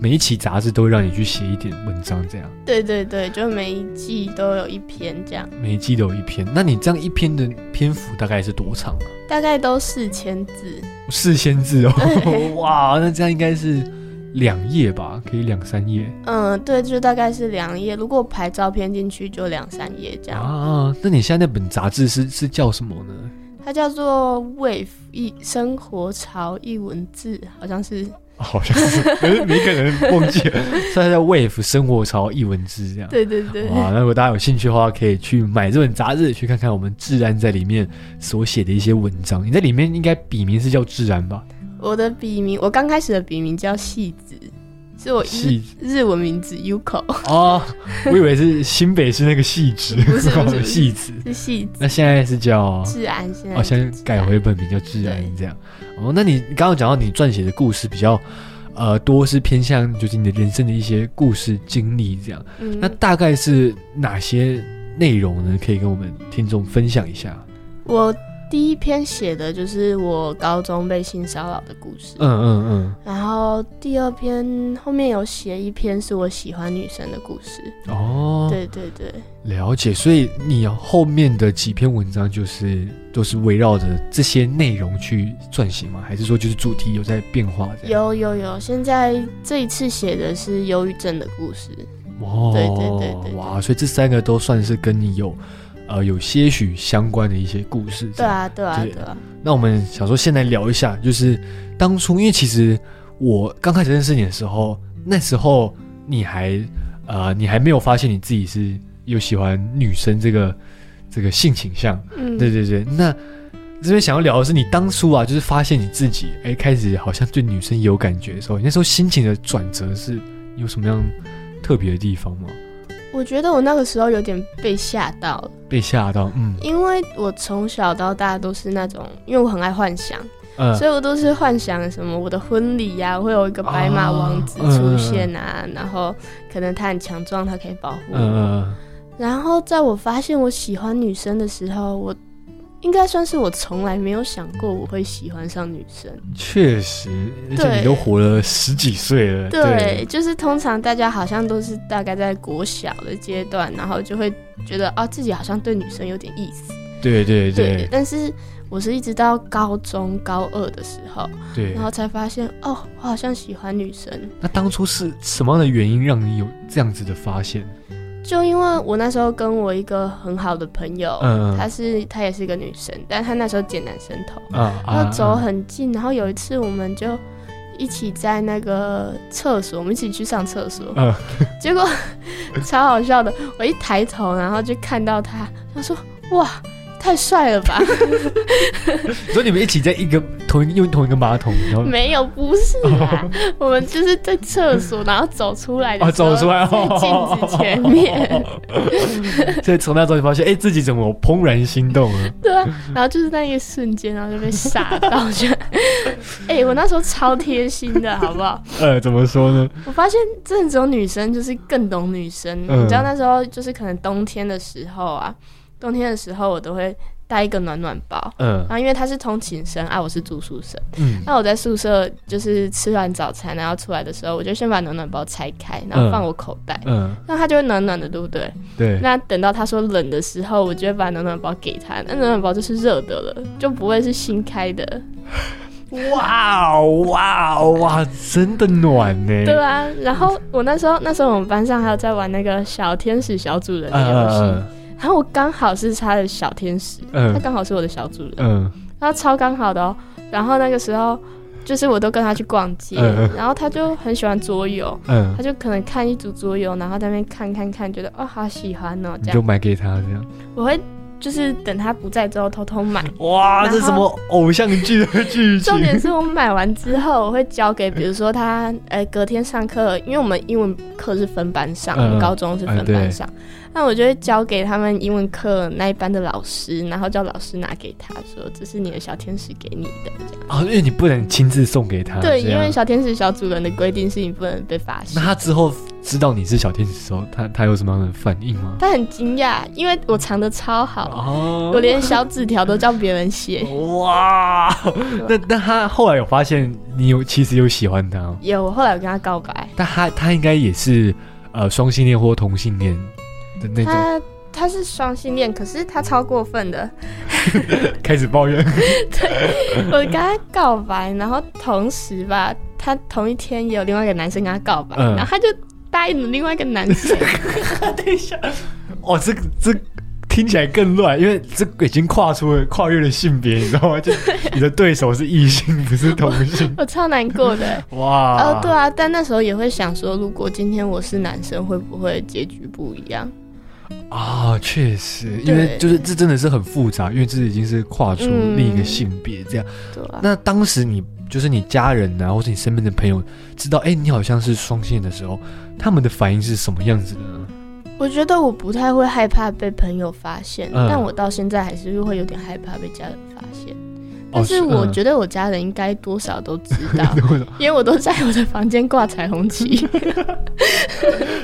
每一期杂志都会让你去写一点文章，这样
对对对，就每一季都有一篇这样，
每一季都有一篇。那你这样一篇的篇幅大概是多长啊？
大概都四千字，
四千字 [laughs] 哦，哇，那这样应该是两页吧，可以两三页
嗯，对，就大概是两页，如果排照片进去就两三页这样。
啊。那你现在那本杂志是是叫什么呢？
它叫做 Wave 一生活潮一文字，好像是
[laughs] 好像 [laughs] 是，可是没可能忘记了， [laughs] 所以它叫 Wave 生活潮一文字这样。
对对对，
[laughs] 哇，那如果大家有兴趣的话，可以去买这本杂志，去看看我们志安在里面所写的一些文章。你在里面应该笔名是叫志安吧？
我的笔名，我刚开始的笔名叫戏子，是我日 [laughs]
戏
日文名字 Yuko， [laughs]
哦，我以为是新北市那个戏子，
不
[laughs]
是不是
戏子。
是戏子。
那现在是叫
治安现在
哦，现
是啊
在改回本名叫志安这样。哦，那你刚刚讲到你撰写的故事比较呃多是偏向就是你的人生的一些故事经历这样，
嗯
那大概是哪些内容呢？可以跟我们听众分享一下？
我第一篇写的就是我高中被性骚扰的故事，
嗯嗯嗯。
然后第二篇后面有写一篇是我喜欢女生的故事，
哦，
对对对
了解，所以你后面的几篇文章就是都是围绕着这些内容去撰写吗？还是说就是主题有在变化这样？
有有有，现在这一次写的是忧郁症的故事，
有，哦，
对对对对对
哇，所以这三个都算是跟你有呃有些许相关的一些故事。
对，啊对啊
对
对啊，
那我们想说先来聊一下，就是当初因为其实我刚开始认识你的时候，那时候你还呃你还没有发现你自己是有喜欢女生这个这个性倾向。
嗯
对对对，那这边想要聊的是，你当初啊，就是发现你自己，哎，开始好像对女生有感觉的时候，你那时候心情的转折是有什么样特别的地方吗？
我觉得我那个时候有点被吓到了。
被吓到，嗯，
因为我从小到大都是那种，因为我很爱幻想，
呃，
所以我都是幻想什么我的婚礼呀、会有一个白马王子
哦
出现啊，然后可能他很强壮，他可以保护我。
嗯嗯
然后在我发现我喜欢女生的时候，我应该算是我从来没有想过我会喜欢上女生。
嗯，确实，而且
对
你都活了十几岁了，
对，就是通常大家好像都是大概在国小的阶段，然后就会觉得啊自己好像对女生有点意思。
对对对
但是我是一直到高中高二的时候。
对
然后才发现哦，我好像喜欢女生。
那当初是什么样的原因让你有这样子的发现？
就因为我那时候跟我一个很好的朋友，
嗯
她是她也是一个女生，但她那时候剪男生头，
啊
然
啊
后走很近。然后有一次我们就一起在那个厕所，我们一起去上厕所，
嗯
结果 [laughs] 超好笑的。我一抬头，然后就看到他，他说哇。太帅了吧？
所以你们一起在一个同一用同一个马桶，然后
[laughs] 没有，不是
[laughs]
啦，我们就是在厕所，然后走出来的
啊，
时候
走出来哦，
在镜子前面， [laughs]
所以从那时候就发现，哎、自己怎么怦然心动了？
对啊，然后就是那一瞬间，然后就被吓到，就， [laughs] 哎、我那时候超贴心的，好
[laughs]
不好？
呃，怎么说呢？
我发现真的只有女生就是更懂女生，
嗯
你知道那时候就是可能冬天的时候啊，冬天的时候我都会带一个暖暖包，
嗯
然后因为他是通勤生啊，我是住宿舍，
嗯，
那我在宿舍就是吃完早餐然后出来的时候，我就先把暖暖包拆开，然后放我口袋。
嗯，
那它就会暖暖的，对不对？
对，
那等到他说冷的时候，我就会把暖暖包给他。那暖暖包就是热的了，就不会是新开的，
哇哦哇哦哇，真的暖呢、
对啊。然后我那时候，那时候我们班上还有在玩那个小天使小主人的游戏，
嗯
然后我刚好是他的小天使，
嗯
他刚好是我的小主人，
嗯
他超刚好的哦。然后那个时候就是我都跟他去逛街，
嗯嗯
然后他就很喜欢桌游，
嗯
他，就可能看一组桌游，然后在那边看看看，觉得哦好喜欢哦
你
这
就
样。
买给他这样。
我会就是等他不在之后偷偷买。
哇，
然
这
后
什么偶像剧的剧情？
重点是我买完之后，我会交给，比如说他，呃，隔天上课，因为我们英文课是分班上，
嗯
我们高中是分
哎对
班上，那我就会交给他们英文课那一班的老师，然后叫老师拿给他说，这是你的小天使给你的。
啊，因为你不能亲自送给他。
对，
啊这
因
样
为小天使小主人的规定是你不能被发
那 [laughs]
现。
他之后知道你是小天使之后，他他有什么样的反应吗？
他很惊讶，因为我藏的超好，
哦
我连小纸条都叫别人写。
哇，那那他后来有发现你有其实有喜欢他吗，
有，我后来有跟他告白，
但他他应该也是呃双性恋或同性恋的那种，
他他是双性恋，可是他超过分的。
开始抱怨。 [laughs]
我跟他告白，然后同时吧，他同一天也有另外一个男生跟他告白，
嗯
然后他就答应了另外一个男
[laughs]
生。
等一下，哦，这个这个听起来更乱，因为这个已经跨出了跨越了性别，你知
[laughs]
道吗？就你的对手是异性，不是同性。
我超难过的。
哇，
哦，对啊，但那时候也会想说，如果今天我是男生，会不会结局不一样？
啊，确实，因为
对
就是这真的是很复杂，因为这已经是跨出
嗯
另一个性别这样。
对啊，
那当时你就是你家人啊，或是你身边的朋友知道，哎、你好像是双性恋的时候，他们的反应是什么样子的呢？
我觉得我不太会害怕被朋友发现，
嗯
但我到现在还是会有点害怕被家人发现。
哦
但是
是
我
嗯
觉得我家人应该多少都知道，
[laughs]
因为我都在我的房间挂彩虹旗。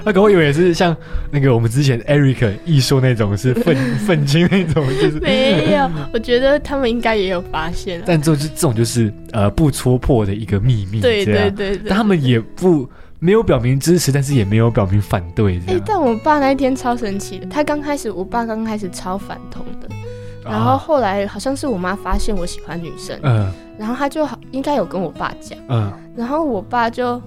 那可我以为是像那个我们之前 Eric 艺术那种是愤 [laughs] 愤青那种，就是，
[laughs] 没有，我觉得他们应该也有发现啊。
但这就是这种就是呃不戳破的一个秘密，
对
这样
对对对
但。他们也不没有表明支持，但是也没有表明反对，这
哎、
样。
但我爸那一天超神奇的，他刚开始，我爸刚开始超反同的，然后
啊，
后来好像是我妈发现我喜欢女生，
嗯
然后他就好应该有跟我爸讲，
嗯，
然后我爸就，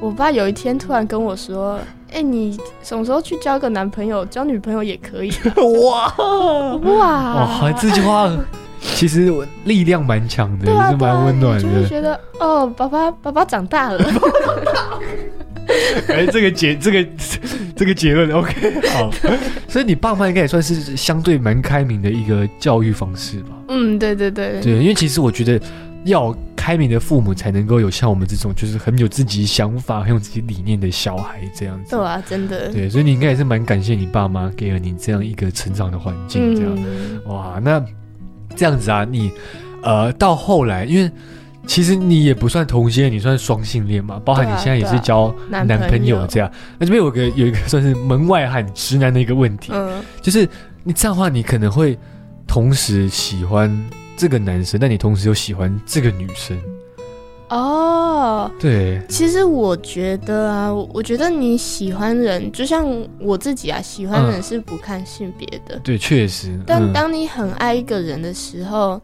我爸有一天突然跟我说，哎、你什么时候去交个男朋友，交女朋友也可以
[laughs]
啊、
哇
[laughs] 哇啊
哇，，哦这句话
[laughs]
其实我力量蛮强的，
对啊
也是
对啊
蛮温暖
你
的
就。会觉得哦，爸爸爸爸长大了， [laughs]
哎、这个结，这个这个结论，OK，好。 [laughs] 所以你爸妈应该也算是相对蛮开明的一个教育方式吧？
嗯，对对对
对，因为其实我觉得要开明的父母才能够有像我们这种就是很有自己想法、很有自己理念的小孩这样子
对。啊，真的，
对，所以你应该也是蛮感谢你爸妈给了你这样一个成长的环境，这样。
嗯，
哇，那这样子啊，你呃到后来，因为其实你也不算同性恋，你算双性恋嘛，包含你
对啊
现在也是
对啊
交
男
男朋
朋
友
友
这样。那这边有个有一个算是门外汉直男的一个问题，
嗯。
就是你这样的话，你可能会同时喜欢这个男生，但你同时又喜欢这个女生。
哦，
对，
其实我觉得啊，我我觉得你喜欢人，就像我自己啊，喜欢人是不看性别的。
对，确实。
但
嗯
当你很爱一个人的时候，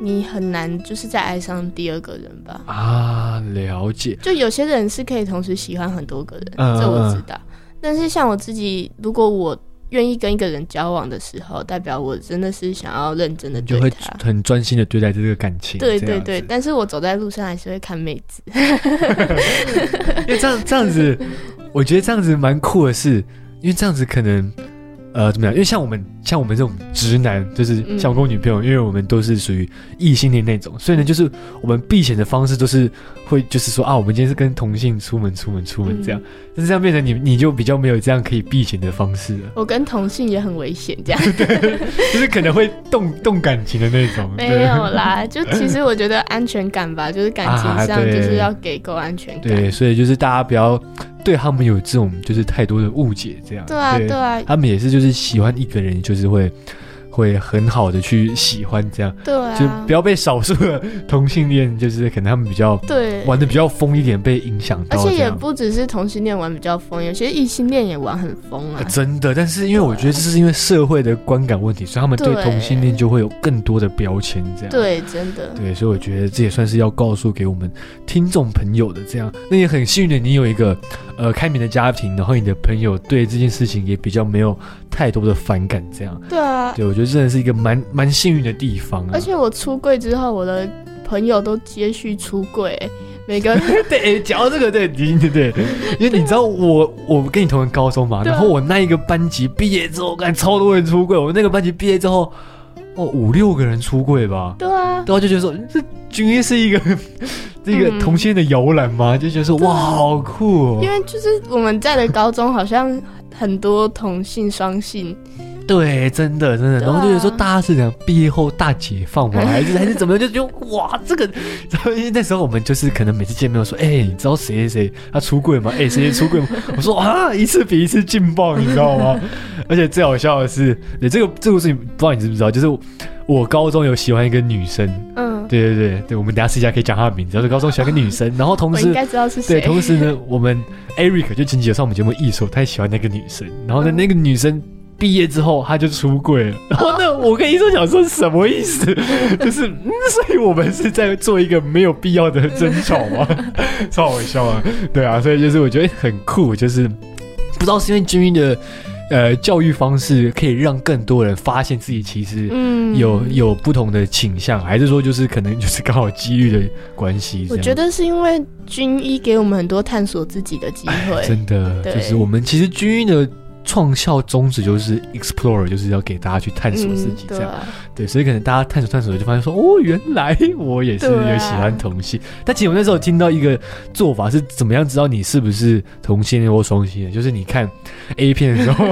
你很难就是再爱上第二个人吧。
啊，了解。
就有些人是可以同时喜欢很多个人，
嗯
这我
嗯
知道。但是像我自己，如果我愿意跟一个人交往的时候，代表我真的是想要认真的
你就会
对他。
很专心的对待这个感情，
对
这
对
样
对，
子
但是我走在路上还是会看妹子。
因为这样这样
[laughs]
子，我觉得这样子蛮酷的是，因为这样子可能呃怎么样？因为像我们像我们这种直男，就是
嗯
像我跟我女朋友，因为我们都是属于异性恋那种，所以呢，就是我们避嫌的方式都是会就是说啊，我们今天是跟同性出门出门出
嗯
门这样，但是这样变成你你就比较没有这样可以避嫌的方式
[laughs]
了，
我跟同性也很危险，这样。
就是可能会动动感情的那种，
没有啦，就其实我觉得安全感吧，就是感
啊
情上
对
就是要给够安全感。
啊对，所以就是大家不要对他们有这种就是太多的误解这样，
对啊，对啊，
他们也是就是喜欢一个人，就是会会很好的去喜欢这样，
对
就
啊
不，要被少数的同性恋，就是可能他们比较
对。
玩的比较疯一点，被影响
而
到这
且也
样。
不只是同性恋玩比较疯，有些异性恋也玩很疯啊
[laughs] 呃。真的，但是因为我觉得这是因为社会的观感问题，所以他们对
对
同性恋就会有更多的标签，这样。
对，真的。
对，所以我觉得这也算是要告诉给我们听众朋友的这样。那也很幸运的，你有一个呃开明的家庭，然后你的朋友对这件事情也比较没有太多的反感这样。
对啊，
[laughs] 对，我觉得真的是一个蛮蛮幸运的地方啊。
而且我出柜之后，我的朋友都接续出柜、欸每个
[laughs] [laughs] 对，讲到这个，对，对对对，因为你知道我，我跟你同个高中嘛，
对啊
然后我那一个班级毕业之后，干超多人出柜，我那个班级毕业之后，哦，五六个人出柜吧，
对啊，
然后就觉得说，这军医是一个 [laughs] 这个
嗯
同性恋的摇篮嘛，就觉得说，哇，好酷、
因
哦，
为就是我们在的高中好像很多同性双性，
对，真的真的，
对
然
啊
后就觉得说，大家是讲毕业后大解放
[laughs]
嘛，还是还是怎么样，就觉得哇，这个，然后因为那时候我们就是可能每次见面我说，哎、你知道谁谁谁他出柜吗？哎、谁谁出柜吗？ [laughs] 我说啊，一次比一次劲爆，你知道吗？ [laughs] 而且最好笑的是，对这个这个事情，不知道你知不知道，就是我我高中有喜欢一个女生，
嗯，
对对对对，我们等一下私下可以讲她的名字，就是高中喜欢一个女生，然后同
我应
时。
该知道是
[laughs] 对，
谁。
同时呢，我们 Eric 就前几天上我们节目一说，他也喜欢那个女生，然后呢，那个女生毕业之后他就出柜
[laughs]
了，然后呢，我跟医生讲说什么意思？ [laughs] 就是，嗯，所以我们是在做一个没有必要的争吵
[laughs]
嘛，超好笑啊，对啊，所以就是我觉得很酷，就是不知道是因为军医的呃教育方式可以让更多人发现自己其实。
嗯
有。有不同的倾向，还是说就是可能就是刚好机遇的关系？这
我
样
觉得是因为军医给我们很多探索自己的机
[laughs]
会，
真的，
对
就是我们其实军医的创校宗旨就是 explore，就是要给大家去探索自己这
对
样。
啊，
对，所以可能大家探索探索就发现说，哦，原来 [laughs] 我也是
对啊
有喜欢同性。但其实我那时候听到一个做法是，怎么样知道你是不是同性恋或双性恋？就是你看 A 片的时
[laughs]
候，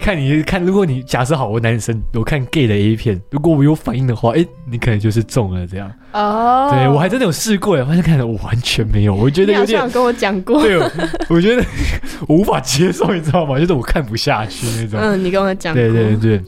看你看，如果你假设好，我男生我看 gay 的 A 片，如果我有反应的话，哎，你可能就是中了这样。
哦，
对我还真的有试过，我发现看了我完全没有，我觉得
你
有
好
点
像有跟我讲
[laughs]
过，
对，我觉得 [laughs] 我无法接受，你知道吗？就是我看不下去那种。
嗯，你跟我讲过，
对对对。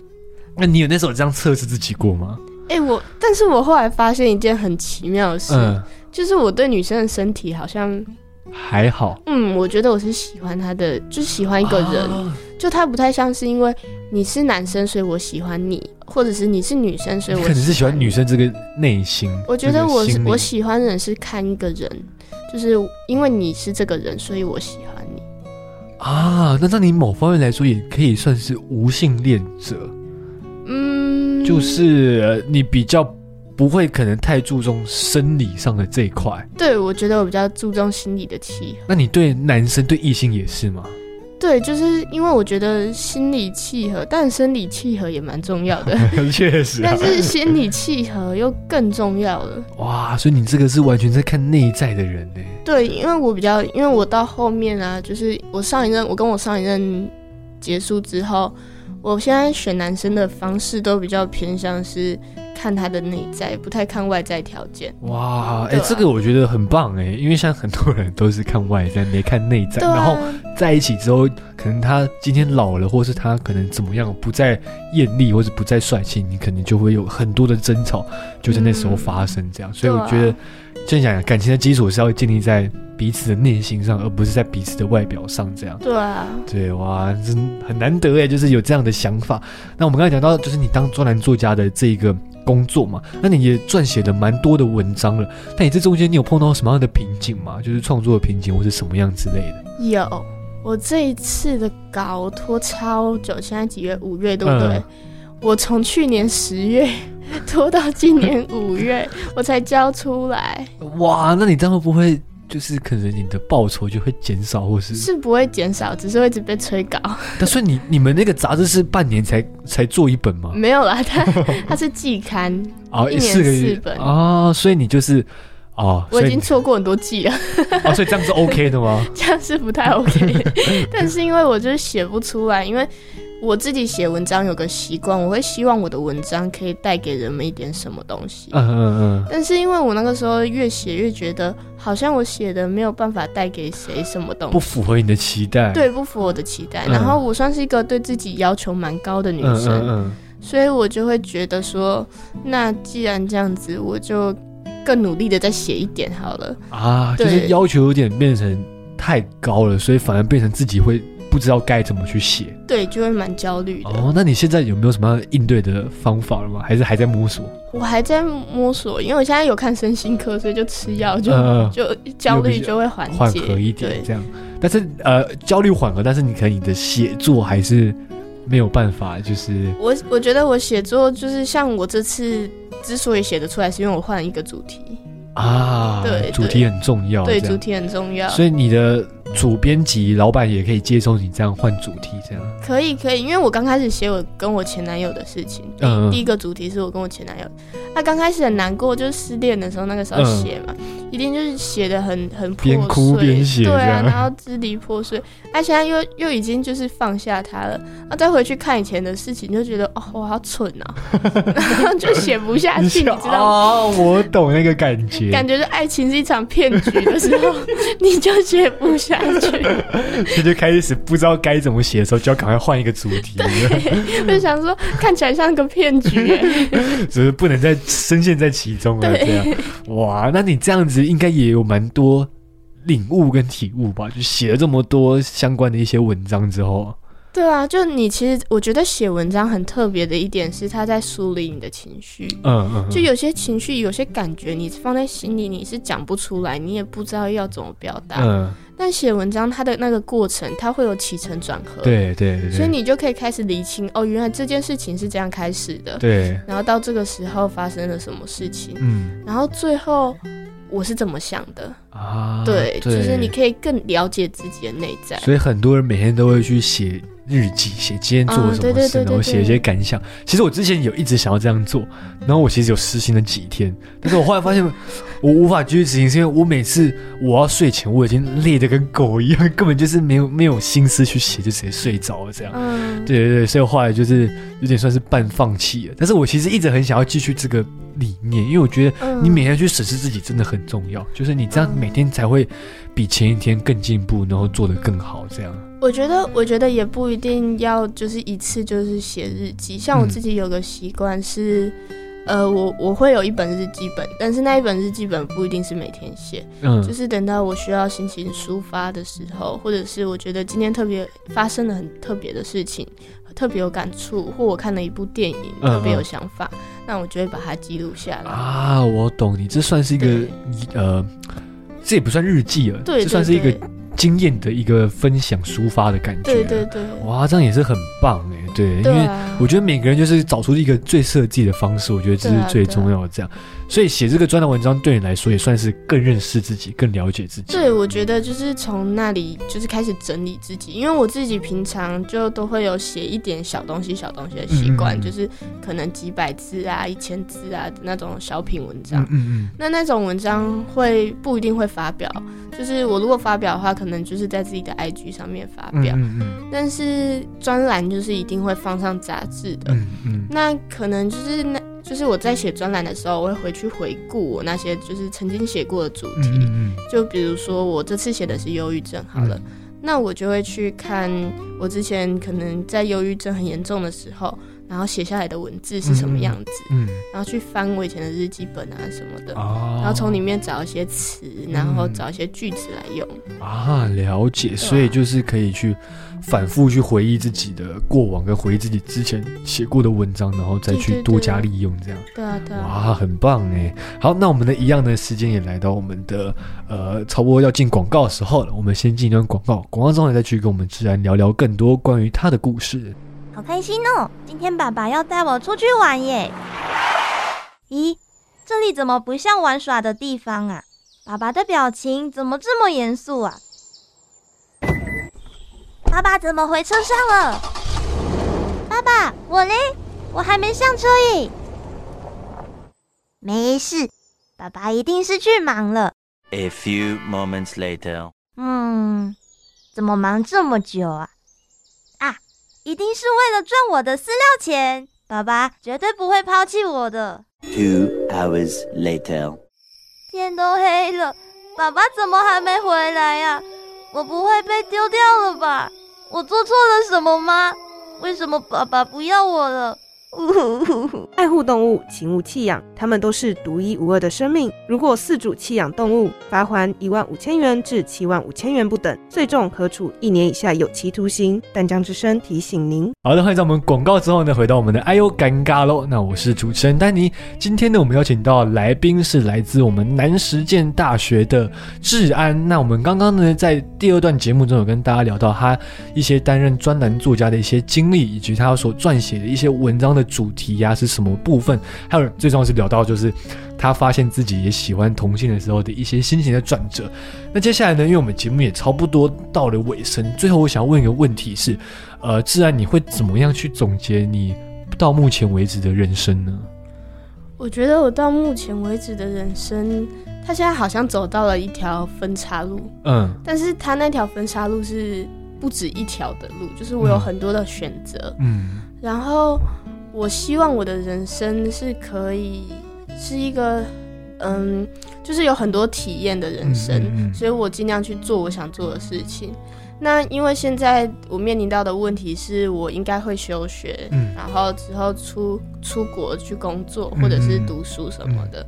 那你有那时候这样测试自己过吗？
哎、我，但是我后来发现一件很奇妙的事，
嗯，
就是我对女生的身体好像，
还好。
嗯，我觉得我是喜欢她的，就是喜欢一个人，
啊
就她不太像是因为你是男生所以我喜欢你，或者是你是女生所
[laughs]
以
你
我
可能是喜欢女
你。
生这个内心。
我觉得
这个
我是
心灵
我喜欢的人是看一个人，就是因为你是这个人，所以我喜欢你。
啊，那在你某方面来说，也可以算是无性恋者，
嗯，
就是呃你比较不会可能太注重生理上的这一块。
对我觉得我比较注重心理的契合，
那你对男生对异性也是吗？
对，就是因为我觉得心理契合，但生理契合也蛮重要 [laughs] 的。
[laughs] 确实啊
但。是心理契合又更重要了。
哇，所以你这个是完全在看内在的人呢、
对，因为我比较，因为我到后面啊，就是我上一任，我跟我上一任结束之后，我现在选男生的方式都比较偏向是看他的内在，不太看外在条件。
哇，哎、
对啊
这个我觉得很棒哎、因为像很多人都是看外在，没看内在，
对啊，
然后在一起之后，可能他今天老了，或是他可能怎么样，不再艳丽，或是不再帅气，你可能就会有很多的争吵，就在那时候发生这样。所以我觉
对
得
啊，
正想、感情的基础是要建立在彼此的内心上，而不是在彼此的外表上这样。
对啊，
对哇，真很难得哎，就是有这样的想法。那我们刚才讲到，就是你当专栏作家的这个工作嘛，那你也撰写了蛮多的文章了。那你这中间你有碰到什么样的瓶颈吗？就是创作的瓶颈，或是什么样之类的？
有我这一次的稿拖超久，现在几月？五月对不对？
嗯
我从去年十月拖到今年五月，我才交出来。
哇，那你这样会不会就是可能你的报酬就会减少，或是？
是不会减少，只是会一直被催稿。
但所以你你们那个杂志是半年才才做一本吗？
[laughs] 没有啦，
[laughs]
它它是季刊，
啊，
嗯一年
四个
四
月
本
啊，所以你就是。哦，
我
所
已
以
经错过很多季了，
哦，所以这样是 OK 的
[laughs]
吗？
这样是不
[laughs]
太 OK。但是因为我就是写不出来，因为我自己写文章有个习惯，我会希望我的文章可以带给人们一点什么东西。
嗯嗯
但是因为我那个时候越写越觉得，好像我写的没有办法带给谁什么东
嗯，
西
不，符合你的期待。
对，不符我的期待。
嗯
然后我算是一个对自己要求蛮高的女
嗯，嗯
生，
嗯嗯。
所以我就会觉得说，那既然这样子，我就更努力的再写一点好了。
啊，就
对
是要求有点变成太高了，所以反而变成自己会不知道该怎么去写。
对，就会蛮焦虑的。
哦，那你现在有没有什么样的应对的方法了吗？还是还在摸索？
我还在摸索，因为我现在有看身心科，所以就吃药就、
呃
就焦虑就会缓
缓
解
和一点
对
这样，但是呃，焦虑缓和，但是你可能你的写作还是没有办法，就是
我我觉得我写作就是像我这次之所以写得出来，是因为我换了一个主题，
啊，
对
主题很重要，
对，
哦这
主
样。
题很重要。
所以你的主编辑老板也可以接受你这样换主题，这样，
可以可以，因为我刚开始写我跟我前男友的事情，
嗯
第一个主题是我跟我前男友，那刚开始很难过，就是失恋的时候那个时候
嗯
写嘛，一定就是写的很很破碎，
边哭边写
对
这
啊，
样
然后支离破碎，那、现在又又已经就是放下他了，那再回去看以前的事情，就觉得哦我好蠢啊，然
[laughs]
后就写不下去，你知
想
道吗？
啊，我懂那个感觉，
感觉是爱情是一场骗局的时
[laughs]
候，你就写不下去。
他就开始不知道该怎么写的时候，就要赶快换一个主题， [laughs]
就想说看起来像个骗局耶、
只是不能再深陷在其中了。这样，哇，那你这样子应该也有蛮多领悟跟体悟吧？就写了这么多相关的一些文章之后，
对啊，就你其实我觉得写文章很特别的一点是，它在梳理你的情绪。
嗯嗯，
就有些情绪，有些感觉，你放在心里你是讲不出来，你也不知道要怎么表达。
嗯，
但写文章它的那个过程，它会有起承转合，，
对对对，
所以你就可以开始理清，哦，原来这件事情是这样开始的，
对，
然后到这个时候发生了什么事情，
嗯
然后最后我是怎么想的，
啊，
对，就是你可以更了解自己的内在。
所以很多人每天都会去写日记，写今天做了
嗯
什
对
么
对
事，
对对
然后写一些感想。其实我之前有一直想要这样做，然后我其实有实行了几天，但是我后来发现我无法继续执行，是因为我每次我要睡前我已经累得跟狗一样，根本就是没有没有心思去写，就直接睡着了这样。
嗯，
对对对，所以我后来就是有点算是半放弃了。但是我其实一直很想要继续这个理念，因为我觉得
嗯
你每天去审视自己真的很重要，就是你这样每天才会比前一天更进步，然后做得更好这样。
我觉得，我觉得也不一定要就是一次就是写日记。像我
嗯
自己有个习惯是，呃，我我会有一本日记本，但是那一本日记本不一定是每天写，就
嗯
是等到我需要心情抒发的时候，或者是我觉得今天特别发生了很特别的事情，特别有感触，或我看了一部电影
嗯
特别有
嗯
想法，那我就会把它记录下来。
啊，我懂你，这算是一个
对
呃，这也不算日记了，
对，
这算是
对
一个
对
经验的一个分享抒发的感觉。
对对对，
哇，这样也是很棒哎，对，因
对
为
啊，
我觉得每个人就是找出一个最适合自己的方式，我觉得这
对
是
啊
最
对啊
重要的。这样，所以写这个专栏文章对你来说也算是更认识自己、更了解自己。
对，我觉得就是从那里就是开始整理自己，因为我自己平常就都会有写一点小东西、小东西的习惯，
嗯嗯嗯
就是可能几百字啊、一千字啊的那种小品文章。
嗯嗯
那那种文章会不一定会发表，就是我如果发表的话，可能就是在自己的 IG 上面发
嗯
表，
嗯嗯
但是专栏就是一定会放上杂志的。
嗯嗯
那可能就是那就是我在写专栏的时候，我会回去回顾我那些就是曾经写过的主
嗯
题。
嗯
就比如说我这次写的是忧郁症好了，那我就会去看我之前可能在忧郁症很严重的时候，然后写下来的文字是什么样子，
嗯
然后去翻我以前的日记本啊什么的。
嗯啊，
然后从里面找一些词，然后
嗯
找一些句子来用。
啊，了解，所以就是可以去反复去回忆自己的过往，跟回忆自己之前写过的文章，然后再去
对对对
多加利用，这样
对啊，对啊。
哇，很棒哎！好，那我们的一样的时间也来到我们的呃，差不多要进广告的时候了，我们先进一段广告，广告之后呢再去跟我们自然聊聊更多关于他的故事。
好开心哦！今天爸爸要带我出去玩耶。咦，这里怎么不像玩耍的地方啊？爸爸的表情怎么这么严肃啊？爸爸怎么回车上了？爸爸，我嘞，我还没上车耶。没事，爸爸一定是去忙了。
A few moments later.
嗯，怎么忙这么久啊？啊，一定是为了赚我的饲料钱，爸爸绝对不会抛弃我的。
Two hours later.
天都黑了，爸爸怎么还没回来呀、我不会被丢掉了吧？我做错了什么吗？为什么爸爸不要我了？呜呼呼呼！
爱护动物，请勿弃养，它它们都是独一无二的生命。如果饲主弃养动物，罚还一万五千元至七万五千元不等，最重可处一年以下有期徒刑。但江之声提醒您。
好的，欢迎在我们广告之后呢，回到我们的哎呦尴尬喽。那我是主持人丹尼，今天呢，我们邀请到来宾是来自我们南实践大学的治安。那我们刚刚呢，在第二段节目中有跟大家聊到他一些担任专栏作家的一些经历，以及他所撰写的一些文章的主题呀、是什么部分，还有最重要是聊到就是他发现自己也喜欢同性的时候的一些心情的转折。那接下来呢，因为我们节目也差不多到了尾声，最后我想问一个问题是。呃，自然你会怎么样去总结你到目前为止的人生呢？
我觉得我到目前为止的人生，他现在好像走到了一条分岔路，
嗯
但是他那条分岔路是不止一条的路，就是我有很多的选择。
嗯
然后我希望我的人生是可以是一个，嗯，就是有很多体验的人生，
嗯嗯嗯
所以我尽量去做我想做的事情。那因为现在我面临到的问题是我应该会休学，
嗯
然后之后出出国去工作
嗯
或者是读书什么的。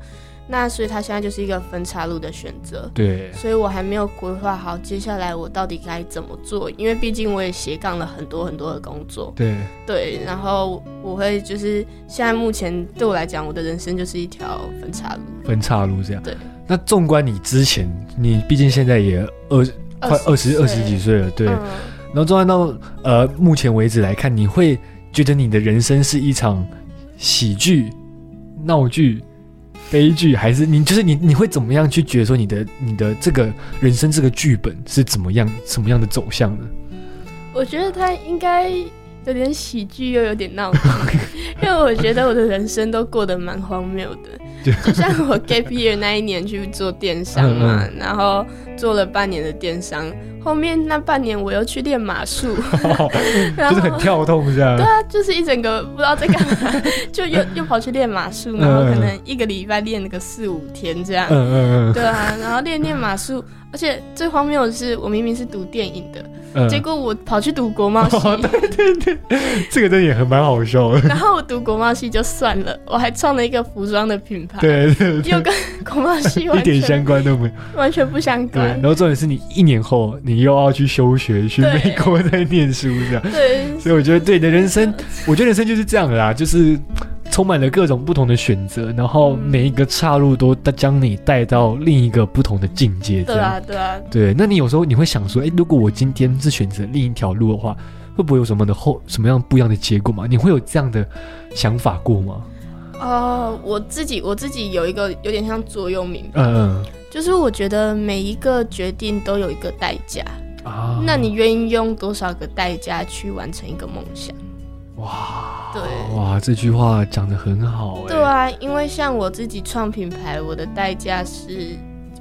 那所以他现在就是一个分岔路的选择。
对，
所以我还没有规划好接下来我到底该怎么做，因为毕竟我也斜杠了很多很多的工作，
对，
对，然后我会就是现在目前对我来讲，我的人生就是一条分岔路，
分岔路这样。
对，
那纵观你之前，你毕竟现在也二快二十二十几岁了，对。
嗯
然后纵观到呃目前为止来看，你会觉得你的人生是一场喜剧、闹剧、悲剧，还是你就是你你会怎么样去觉得说你的你的这个人生这个剧本是怎么样什么样的走向呢？
[laughs] 我觉得他应该有点喜剧又有
[laughs]
点闹剧，因为我觉得我的人生都过得蛮荒谬的
对，
就像我 gap year 那一年去做电商嘛，
嗯
然后做了半年的电商，后面那半年我又去练马术， [laughs] 然
就是
后
很跳动这样。
对啊，就是一整个不知道在干嘛，就又又跑去练马术，然后
嗯
可能一个礼拜练个四五天这样。
嗯嗯
[laughs] 对啊，然后练练马术，而且最荒谬的是，我明明是读电影的，
嗯，
结果我跑去读国贸系，
[laughs] 哦这个真的也很蛮好笑
[laughs]
的。
然后我读国贸系就算了，我还创了一个服装的品牌，
对对
又
对，
跟国贸系
[laughs] 一
完
点相
全
关都没有。
[laughs] 完全不相
对，
关
然。后重点是你一年后你又要去休学，去
对
美国再念书这样。
对，
所以我觉得，对你的人生，我觉得人生就是这样的啦，就是充满了各种不同的选择，然后每一个岔路都将你带到另一个不同的境界。这
对
样
啊，对啊，
对，那你有时候你会想说，哎，如果我今天是选择另一条路的话，会不会有什么的后什么样不一样的结果嘛？你会有这样的想法过吗？
哦，我自己我自己有一个有点像座右铭吧，
嗯
就是我觉得每一个决定都有一个代价，
嗯啊
那你愿意用多少个代价去完成一个梦想？
哇
对
哇，这句话讲的很好哎、
对啊，因为像我自己创品牌，我的代价是，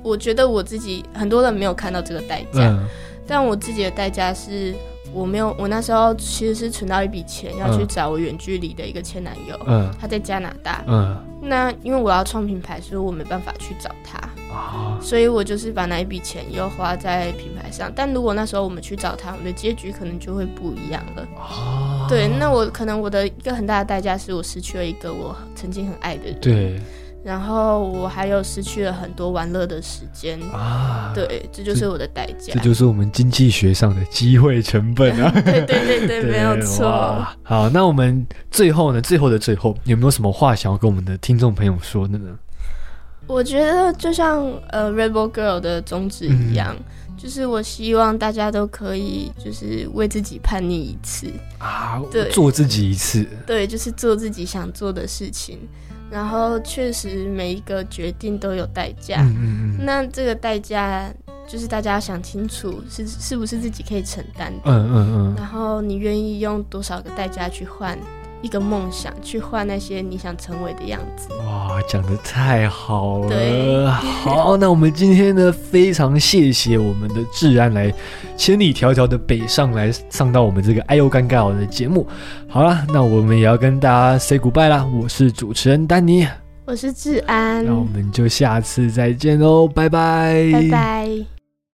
我觉得我自己很多人没有看到这个代价，
嗯
但我自己的代价是。我没有，我那时候其实是存到一笔钱，要去
嗯
找我远距离的一个前男友，
嗯
他在加拿大。
嗯
那因为我要创品牌，所以我没办法去找他。
啊
所以我就是把那一笔钱又花在品牌上。但如果那时候我们去找他，我们的结局可能就会不一样了。
啊
对，那我可能我的一个很大的代价是我失去了一个我曾经很爱的人，
对
然后我还有失去了很多玩乐的时间。
啊，
对，这就是我的代价
这。就是我们经济学上的机会成本啊。
对对 [laughs] 对
[laughs]
对，没有错。
哇。好，那我们最后呢？最后的最后，有没有什么话想要跟我们的听众朋友说的呢？
我觉得就像呃 Rebel Girl 的宗旨一样，
嗯
就是我希望大家都可以就是为自己叛逆一次。
啊，
对
做自己一次。
对，就是做自己想做的事情。然后确实每一个决定都有代价，
嗯嗯嗯
那这个代价就是大家要想清楚是是不是自己可以承担的，
嗯嗯嗯
然后你愿意用多少个代价去换一个梦想，去换那些你想成为的样子。
嗯，哇，讲的太好
对
了。好，那我们今天呢，非常谢谢我们的治安来千里迢迢的北上来上到我们这个哎呦尴尬我的节目。好啦，那我们也要跟大家 say goodbye 啦。我是主持人丹尼，
我是志安
那，我们就下次再见喽，拜拜，
拜拜。